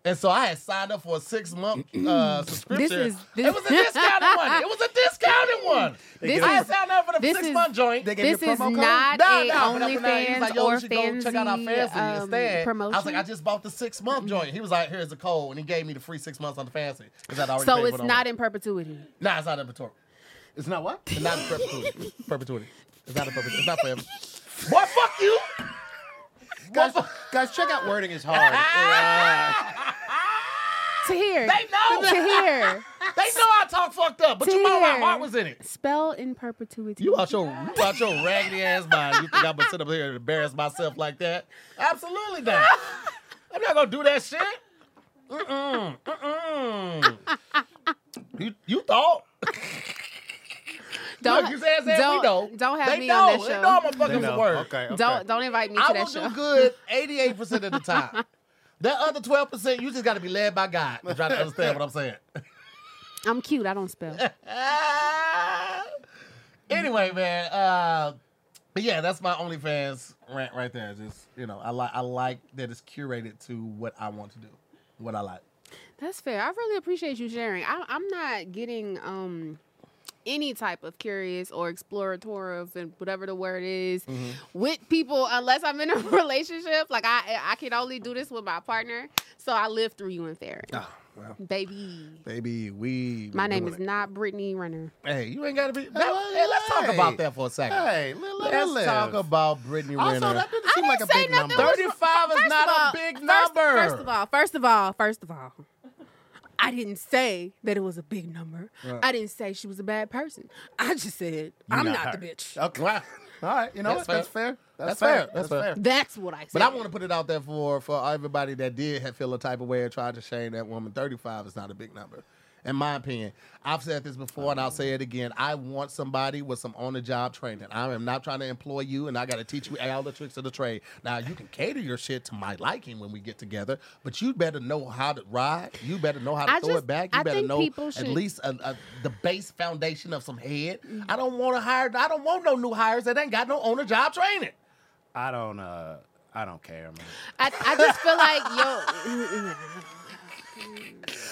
And so I had signed up for a six month uh, subscription.
is- [clears throat] this-
It was a discounted one. It was a discounted one.
This
I
is-
had signed up for the
this
six
is-
month joint.
They gave
This
you a
is
promo code?
not
No,
a
no, but I'm not- he was
OnlyFans
like, yo,
or
you should go check out our
Fansly
Fansly instead.
promotion. Mm.
I was like, I just bought the six month joint. He was like, here's the code, and he gave me the free six months on the Fansly because I'd already.
so
paid
it's
for it
not
online.
in perpetuity.
Nah, it's not in perpetuity.
It's not what?
It's not in
[laughs]
perpetuity. perpetuity. It's not in perpetuity. It's not forever. Boy, fuck you.
guys, guys, check out wording is [laughs] hard.
Ah.
Yeah.
To
They
hear.
know. [laughs]
To hear.
They know I talk fucked up, but you know my
Dear.
heart was in it.
Spell in perpetuity.
You out your you out your raggedy ass mind. You think I'm gonna sit up here and embarrass myself like that? Absolutely not. I'm not gonna do that shit. Mm-mm. Mm-mm. You you thought?
Don't,
Look, you said that we
don't,
know.
don't have
they
me
know.
on that
They
show.
know I'm a
They
fucking
know.
word.
Okay, okay.
Don't don't invite me
I
to
will
that
do
show.
good 88 percent of the time. That other 12 percent, you just got to be led by God. I'm trying to understand what I'm saying.
I'm cute. I don't spell.
Ah. anyway, man. Uh, but yeah, that's my OnlyFans rant right there. Just you know, I like I like that it's curated to what I want to do, what I like.
That's fair. I really appreciate you sharing. I, I'm not getting um, any type of curious or exploratory and whatever the word is with people unless I'm in a [laughs] relationship. Like I, I can only do this with my partner. So I live through you and Farron,
well,
baby.
baby, we.
My name is not Brittany Renner.
Hey, you ain't gotta be. That, hey, let's talk about that for a second.
Hey, let, let
let's
her live.
talk about Brittany Renner.
Also, that didn't seem like a
say
big
nothing
number.
was-
35 is
First
not
of all-
a big
first-
number.
First of all, first of all, first of all, I didn't say that it was a big number. I didn't say she was a bad person. I just said I'm
not
not,
her.
the bitch.
Okay. All right. You know
That's
what? That's fair.
That's fair. That's fair.
That's what I said.
But I want to put it out there for for everybody that did have- feel a type of way and tried to shame that woman. Thirty five is not a big number, in my opinion. I've said this before and I'll say it again. I want somebody with some on the job training. I am not trying to employ you, and I got to teach you all the tricks of the trade. Now you can cater your shit to my liking when we get together, but you better know how to ride. You better know how to
I
throw
just-
it back. You
I
better
think
know
people should- Mm.
at least a, a, the base foundation of some head. I don't want to hire. I don't want no new hires that ain't got no on the job training.
I don't. Uh, I don't care, man.
I, I just feel like, yo,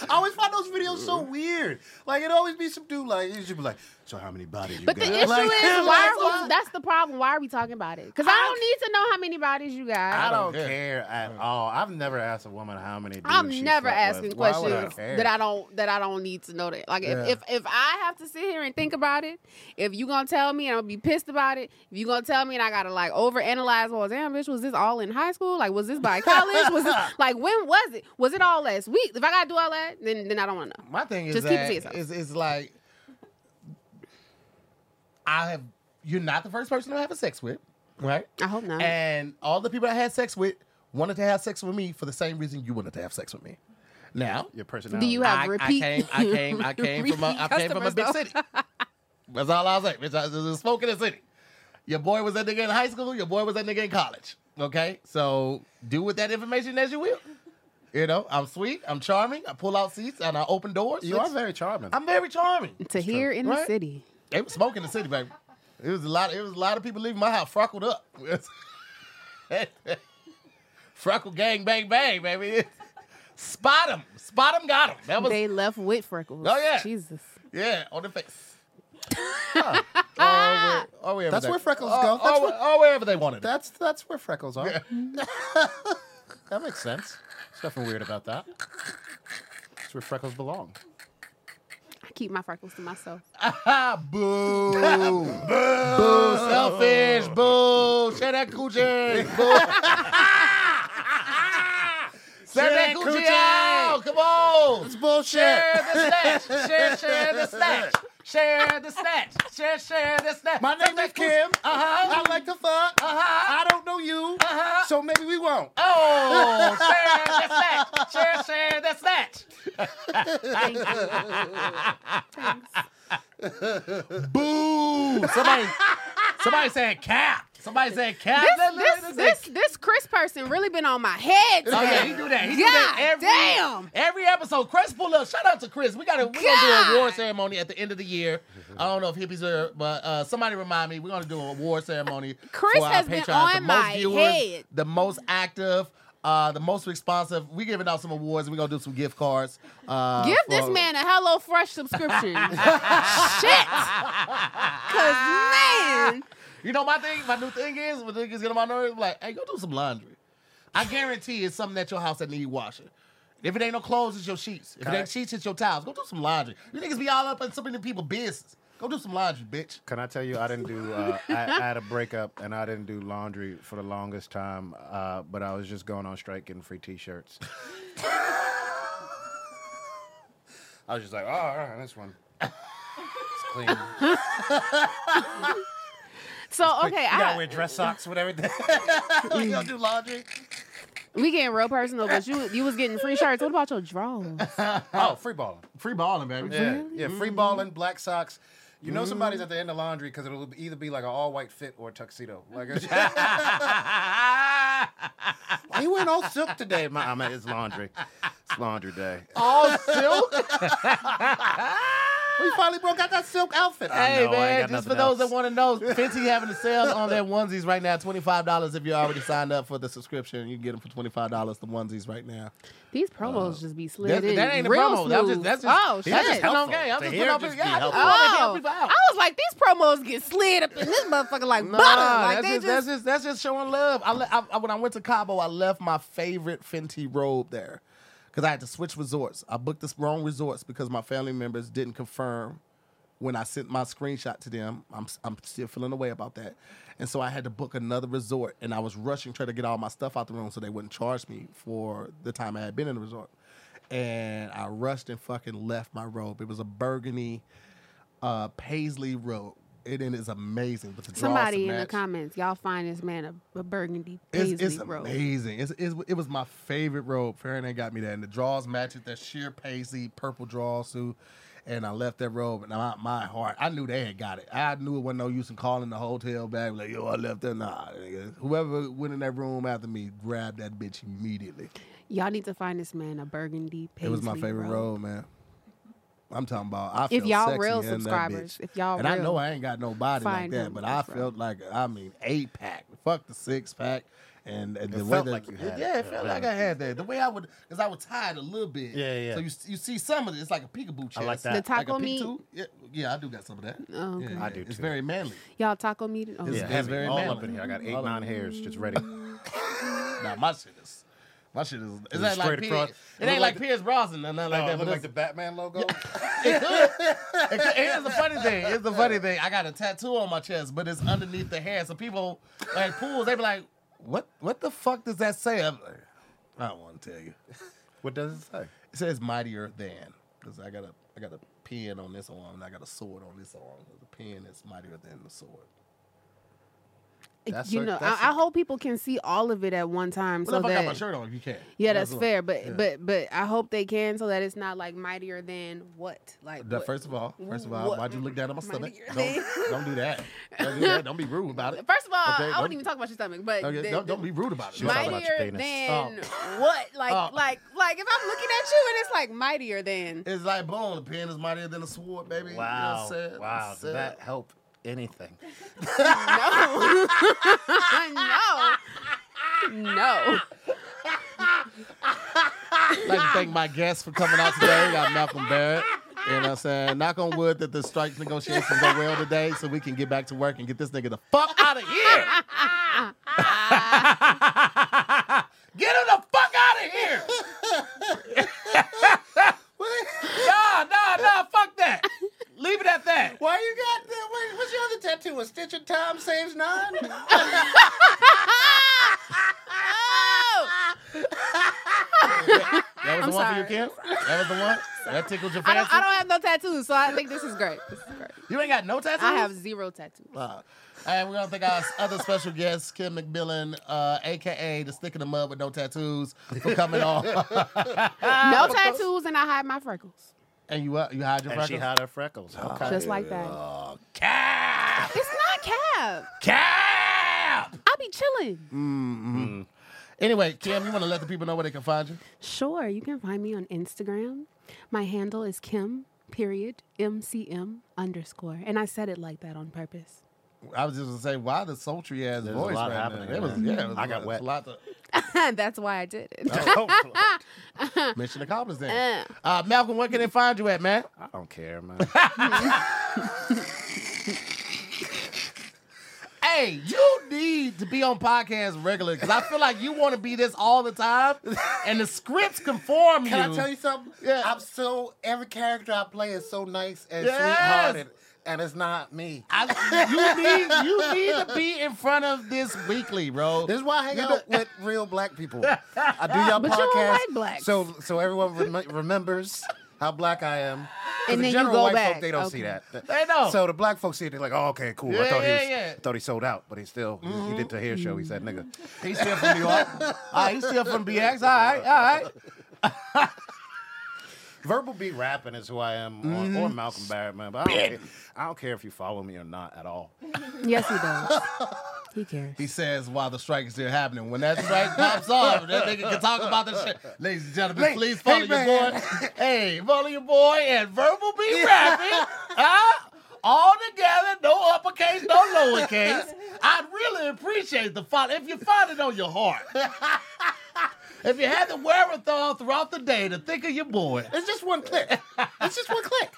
I always find those videos so weird. Like it always be some dude like you should be like, so how many bodies you
but the
got?
issue
Like,
is
like,
why? Are
what?
we, that's the problem. Why are we talking about it? Because I, don't need to know how many bodies you got.
I don't
care.
care at all. I've never asked a woman how many. Dudes
I'm
she
never
slept
asking
with. Why would
questions
care?
that I don't that I don't need to know that. Like
Yeah.
if, if if I have to sit here and think about it, if you gonna tell me and I'm gonna be pissed about it, if you gonna tell me and I gotta like overanalyze, well, damn bitch, was this all in high school? Like was this by
[laughs]
college? was this like when was it? Was it all last week? If I gotta do all that, then then I don't wanna know.
My thing is
Just keep it
that
to yourself.
is is like I have you're not the first person to have a sex with, right?
I hope not.
And all the people I had sex with wanted to have sex with me for the same reason you wanted to have sex with me. Now
Your personality.
Do you have
I, I
repeat?
came
[laughs]
I came I came from a I came from a
Customers,
big
though.
city.
[laughs]
That's all I was like. Bitch, I was smoking in the city. Your boy was that nigga in high school, your boy was that nigga in college. Okay? So do with that information as you will. You know, I'm sweet, I'm charming, I pull out seats and I open doors.
You are very charming.
I'm very charming.
to hear in the
Right?
city.
They was smoking the city, baby. It was a lot. It was a lot of people leaving my house freckled up. [laughs] Freckle gang, bang, bang, baby. Spot him, spot him, got him. That was
They left with freckles.
Oh, yeah.
Jesus.
yeah on the face. Huh. or, where- or wherever
That's
they-
where freckles
or-
go.
Or,
That's
where- or wherever they wanted. it.
That's that's where freckles are. that makes sense. There's nothing weird about that. That's where freckles belong.
I keep my freckles to myself.
Ah, boo. [laughs] boo. Boo. Selfish. Boo. Share that
[laughs]
coochie. Boo. Share that
that
coochie
coochie.
out. Come balls.
It's bullshit.
Share [laughs] the snatch. Share, share the snatch. Share the snatch. Share, share the snatch.
My name is Kim.
Uh-huh.
I like to fuck.
Uh-huh.
I don't know you,
Uh-huh.
so maybe we won't.
Oh, share the snatch. Share, share the snatch.
Thank you. Thanks.
Boo! Somebody, somebody said cap. Somebody said cap. Let- let-
This,
let-
this, this, this Chris person really been on my head.
Oh yeah,
today.
he do that. He do
God
that every
damn.
every episode. Chris pull up. Shout out to Chris. We got to we gonna do a award ceremony at the end of the year. I don't know if hippies are, but uh, somebody remind me. We're gonna do a award ceremony.
Chris
for our
has been
Patreons. the
on
most
my
viewers,
head.
the most active. Uh, the most responsive. We giving out some awards. and We are gonna do some gift cards. Uh,
Give
for-
this man a Hello Fresh subscription. Shit. Cause man,
You know my thing. My new thing is when niggas get on my nerves, like, hey, go do some laundry. I guarantee it's something at your house that need washing. If it ain't no clothes, it's your sheets. If it ain't
Correct.
sheets, it's your towels. Go do some laundry. You niggas be all up in so many people business. Go do some laundry, bitch.
Can I tell you, I didn't do. Uh, I, I had a breakup and I didn't do laundry for the longest time, uh, but I was just going on strike getting free T-shirts. I was just like, oh, all right, this one. It's clean. You
so okay,
gotta wear
I,
dress socks with everything.
you gonna do laundry?
we getting real personal, but you you was getting free shirts. What about your drawers?
[laughs] oh, free balling.
Free balling, baby.
Yeah, yeah, free balling, black socks. You know somebody's at the end of laundry because it'll either be like an all-white fit or a tuxedo. Like [laughs] it's he went all silk today. My, I mean, it's laundry. It's laundry day.
All silk.
We finally broke out that silk outfit. I
Hey
know, I ain't
man,
got
just for
nothing
those that
else.
want to [laughs] know, Fenty having a sale on their onesies right now, twenty five dollars if you already signed up for the subscription. You can get them for twenty five dollars the onesies right now.
These promos just be slid
Uh, That,
in.
that ain't a
real
promo. That was just,
smooth.
that's just,
oh shit.
that's just putting on
helpful.
game. I'm
To
just putting
hear
on
just
people. Yeah, I just
be helpful.
wanted to
Oh,
help people
I
out.
was like, these promos get slid up in this motherfucker like
Nah,
butter. Like
that's,
they
just,
just,
that's just that's just showing love. I, le- I, I when I went to Cabo, I left my favorite Fenty robe there because I had to switch resorts. I booked the wrong resorts because my family members didn't confirm when I sent my screenshot to them. I'm s- I'm still feeling away about that, and so I had to book another resort. And I was rushing trying to get all my stuff out the room so they wouldn't charge me for the time I had been in the resort. And I rushed and fucking left my robe. It was a burgundy uh, paisley robe. It, it is amazing, but the drawers to
somebody in the
match.
comments. Y'all find this man a, a burgundy paisley
It's, it's
robe.
amazing. It's, it's, it was my favorite robe. Faraday got me that. And the draws match it, that sheer paisley purple drawsuit. And I left that robe, and my, my heart, I knew they had got it. I knew it wasn't no use in calling the hotel back, like, yo, I left that. Nah, nigga. whoever went in that room after me grabbed that bitch immediately.
Y'all need to find this man a burgundy paisley
it was my favorite robe,
robe.
man. I'm talking about, I
If
felt
y'all
sexy
real
in that bitch.
subscribers, if y'all
And I
real.
know I ain't got no body like
Find
that,
him,
but I
that's right.
felt like I mean eight pack. Fuck the six pack. And, and the way
felt
that-
like you had it.
yeah, it felt like I had that. The way I would, because I would tie it a little bit.
Yeah, yeah.
So you you see some of it. It's like a peekaboo chest.
I like that.
The taco
like a peek
meat?
too. Yeah, yeah, I do got some of that.
Oh, okay.
Yeah,
I
yeah.
do,
It's
too.
very manly.
Y'all taco meat? Oh,
It's
Yeah.
heavy.
very
all
manly.
up in here. I got eight,
All up.
nine hairs just ready.
now my shit is, my shit is. It's not like
straight across.
Pierce, it ain't
Look
like
like the-
Pierce Brosnan or nothing like that. but it's-
Batman logo.
It- Here's the funny thing. Here's the funny thing. I got a tattoo on my chest, but it's underneath the hair. So people at pools, they be like, "What? What the fuck does that say?" I'm like, I don't want to tell you.
What does it say?
It says "mightier than" because I got a I got a pin on this arm and I got a sword on this arm. The pin is mightier than the sword.
That's
you
a-
know,
that's
I, I
a-
hope people can see all of it at one time.
Well, if
So
I got my
that,
shirt on, if you can.
yeah, that's
what-
fair. But
yeah.
but but I hope they can so that it's not like mightier than what like.
That-
what-
First of all, first of all,
What-
why'd you look down at my stomach?
[laughs] Mightier
Don't, [laughs] don't do that. Don't do that. Don't be rude about it.
[laughs] First of all,
Okay,
I
don't-
wouldn't even talk about your stomach, but
Okay,
the-
don't,
the-
don't be rude about it.
She was talking about your
mightier
penis.
than what? Like
Oh.
like like if I'm looking at you and it's like mightier
[laughs]
than.
It's like boom, the pen is mightier than a sword, baby. You know
Wow.
what I'm saying?
wow.
I'm
Did
saying?
that help anything?
no.
[laughs]
No.
I'd like to thank my guests for coming out today. We got Malcolm Barrett. You know what I'm saying? Knock on wood that the strike negotiations go well today so we can get back to work and get this nigga the fuck out of here. [laughs] get him the fuck out of [laughs] here. nah, nah, nah, fuck that. Leave it at that.
Why you got that? What, what's your other tattoo? A stitch of time saves nine?
Oh!
That was the
I'm
one
sorry.
for you, Kim? That was the one? That tickled your
I
fancy?
don't, I don't have no tattoos, so I think this is great. This is great.
You ain't got no tattoos?
I have zero tattoos.
Wow. All right, we're gonna thank our other special guest, Kim McMillan, uh, aka the stick in the mud with no tattoos, for coming
[laughs]
on.
no tattoos, and I hide my freckles.
and you uh, you hide your
And she
freckles.
had her freckles. Okay.
Just like that. It's not cap.
Cap!
I be chilling.
Anyway, Kim, you wanna let the people know where they can find you?
Sure, you can find me on Instagram. My handle is Kim period MCM underscore, and I said it like that on purpose. [laughs]
I was just gonna say, why the sultry ass
There's a
voice
lot
right
happening
now? It
right
was,
now.
yeah, it was,
I got
it's
wet.
A lot to,
[laughs]
That's why I did
[laughs]
it.
Mission accomplished then. Uh, Malcolm, where can they find you at, man?
I don't care, man.
Hey, you need to be on podcasts regularly because I feel like you want to be this all the time, and the scripts conform you.
Can
[laughs]
I tell you something?
Yeah.
I'm so every character I play is so nice and
Yes.
sweethearted, and it's not me.
I- you need you need to be in front of this weekly, bro.
This is why I hang
You
[laughs]
out with real black people. I do y'all
But you
podcast
don't like blacks.
so so everyone rem- remembers how black I am. 'Cause
And then
the
you
general
go
white
back.
folk they don't see
Okay.
that.
They don't.
So the black folks see it. They're like, oh, okay, cool.
Yeah,
I thought
yeah,
he was,
yeah.
I thought he sold out, but he still he did the hair show. He said, nigga.
He's still from New York. All right, he's still from BX. All right, all right.
Verbal B rapping is who I am, or, or Malcolm Barrett, man. But I don't, care, I don't care if you follow me or not at all.
yes, he does. He cares.
He says while the strike is still happening. When that strike pops off, that nigga can talk about this shit. Ladies and gentlemen,
Hey,
please follow
hey,
your
man.
boy. Hey, follow your boy and verbal be rapping. Huh? All together, no uppercase, no lowercase. I'd really appreciate the follow if you find it on your heart. if you had the wherewithal throughout the day to think of your boy.
It's just one click. It's just one click.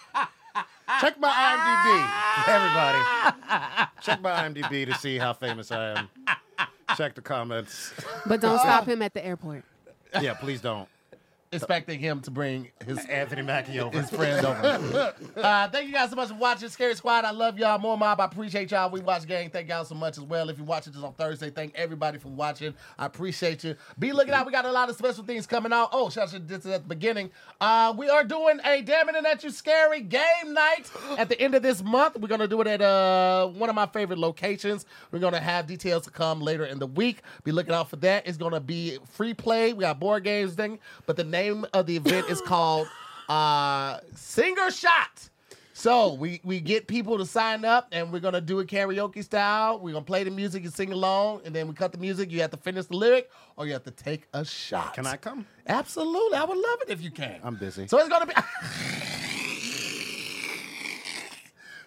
Check my IMDb, everybody. Check my IMDb to see how famous I am. Check the comments.
But don't stop him at the airport.
Yeah, please don't.
expecting him to bring his
Anthony Mackie over.
his friends over. uh, thank you guys so much for watching Scary Squad. I love y'all. More mob. I appreciate y'all. We watch gang. Thank y'all so much as well. If you watch this on Thursday, thank everybody for watching. I appreciate you. Be looking out. We got a lot of special things coming out. Oh, shout out to this at the beginning. Uh, we are doing a damn it and that you scary game night at the end of this month. We're gonna do it at uh, one of my favorite locations. We're gonna have details to come later in the week. Be looking out for that. It's gonna be free play. We got board games thing, but the name of the event is called uh, singer shot. So we we get people to sign up, and we're gonna do it karaoke style. We're gonna play the music and sing along, and then we cut the music. You have to finish the lyric, or you have to take a shot.
Can I come?
Absolutely, I would love it if you can.
I'm busy.
So it's gonna be. [laughs]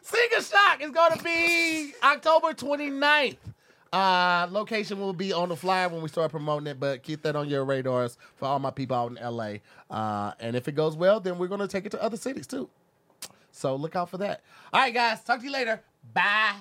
Singer Shock is gonna be October 29th. Uh, location will be on the flyer when we start promoting it, but keep that on your radars for all my people out in LA. Uh, and if it goes well, then we're gonna take it to other cities too. So look out for that. All right, guys, talk to you later. Bye.